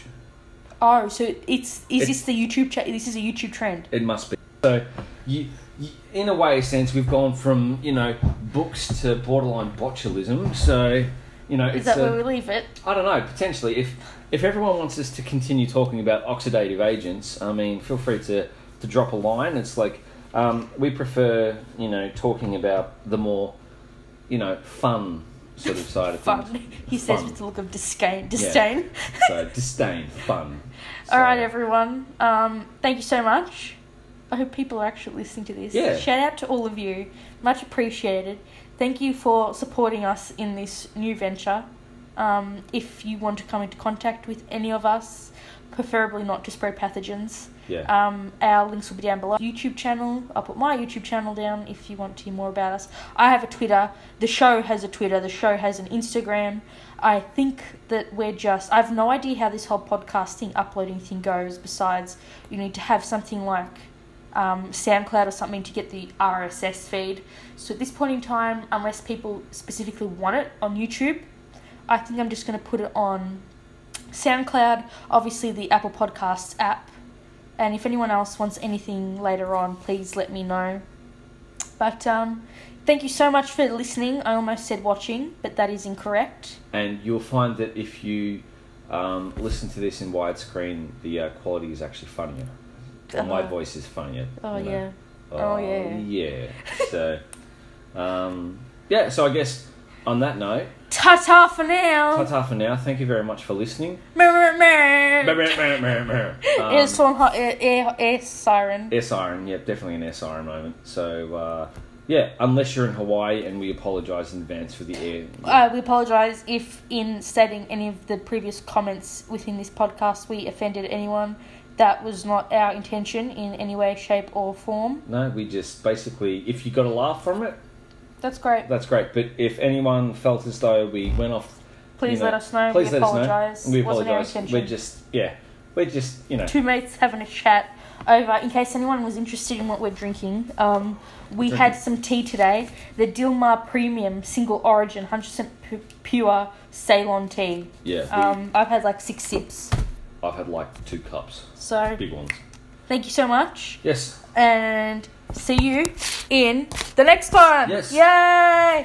Speaker 2: Oh, so it's is
Speaker 1: It's-
Speaker 2: this the YouTube? Cha- this is a YouTube trend.
Speaker 1: It must be. So, you, you, in a way, sense we've gone from you know books to borderline botulism. So, you know,
Speaker 2: Is
Speaker 1: it's
Speaker 2: that
Speaker 1: a-
Speaker 2: where we leave it?
Speaker 1: I don't know. Potentially, if if everyone wants us to continue talking about oxidative agents, I mean, feel free to to drop a line. It's like Um, we prefer, you know, talking about the more, you know, fun sort of side of things.
Speaker 2: Fun. He says
Speaker 1: Fun.
Speaker 2: with a look of disdain. disdain.
Speaker 1: So disdain, fun.
Speaker 2: All right,
Speaker 1: So-
Speaker 2: everyone. Um, thank you so much. I hope people are actually listening to this.
Speaker 1: Yeah.
Speaker 2: Shout out to all of you. Much appreciated. Thank you for supporting us in this new venture. Um, if you want to come into contact with any of us, preferably not to spread pathogens,
Speaker 1: Yeah.
Speaker 2: um, our links will be down below. YouTube channel. I'll put my YouTube channel down if you want to hear more about us. I have a Twitter. The show has a Twitter. The show has an Instagram. I think that we're just. I have no idea how this whole podcasting uploading thing goes. Besides, you need to have something like um, SoundCloud or something to get the RSS feed. So at this point in time, unless people specifically want it on YouTube, I think I'm just going to put it on SoundCloud. Obviously, the Apple Podcasts app. And if anyone else wants anything later on, please let me know. But um, thank you so much for listening. I almost said watching, but that is incorrect.
Speaker 1: and you'll find that if you um, listen to this in widescreen, the uh, quality is actually funnier. And My
Speaker 2: Oh.
Speaker 1: voice is funnier.
Speaker 2: Oh,
Speaker 1: you know.
Speaker 2: yeah. Oh, yeah.
Speaker 1: yeah. So, um, yeah. So I guess on that note,
Speaker 2: Ta ta for now!
Speaker 1: ta-ta for now. Thank you very much for listening.
Speaker 2: Mer, mer, mer.
Speaker 1: Um,
Speaker 2: Air, swan, hot air, air, air siren.
Speaker 1: Air siren, yeah, definitely an air siren moment. So, uh, yeah, unless you're in Hawaii, and we apologise in advance for the air.
Speaker 2: Uh, we apologise if, in stating any of the previous comments within this podcast, we offended anyone. That was not our intention in any way, shape, or form.
Speaker 1: no, we just basically, if you got a laugh from it,
Speaker 2: That's great.
Speaker 1: that's great. But if anyone felt as though we went off,
Speaker 2: Please
Speaker 1: you know,
Speaker 2: let us know.
Speaker 1: Please
Speaker 2: we
Speaker 1: let
Speaker 2: apologise.
Speaker 1: us know. We
Speaker 2: Wasn't our
Speaker 1: apologise.
Speaker 2: intention.
Speaker 1: We're just, yeah, we're just, you know,
Speaker 2: two mates having a chat over in case anyone was interested in what we're drinking um, we had some tea today the dilmar premium single origin 100% pu- pure ceylon tea
Speaker 1: yeah. we-
Speaker 2: um, i've had like six sips
Speaker 1: I've had like two cups,
Speaker 2: so
Speaker 1: big ones.
Speaker 2: thank you so much
Speaker 1: Yes.
Speaker 2: and see you in the next one
Speaker 1: Yes.
Speaker 2: yay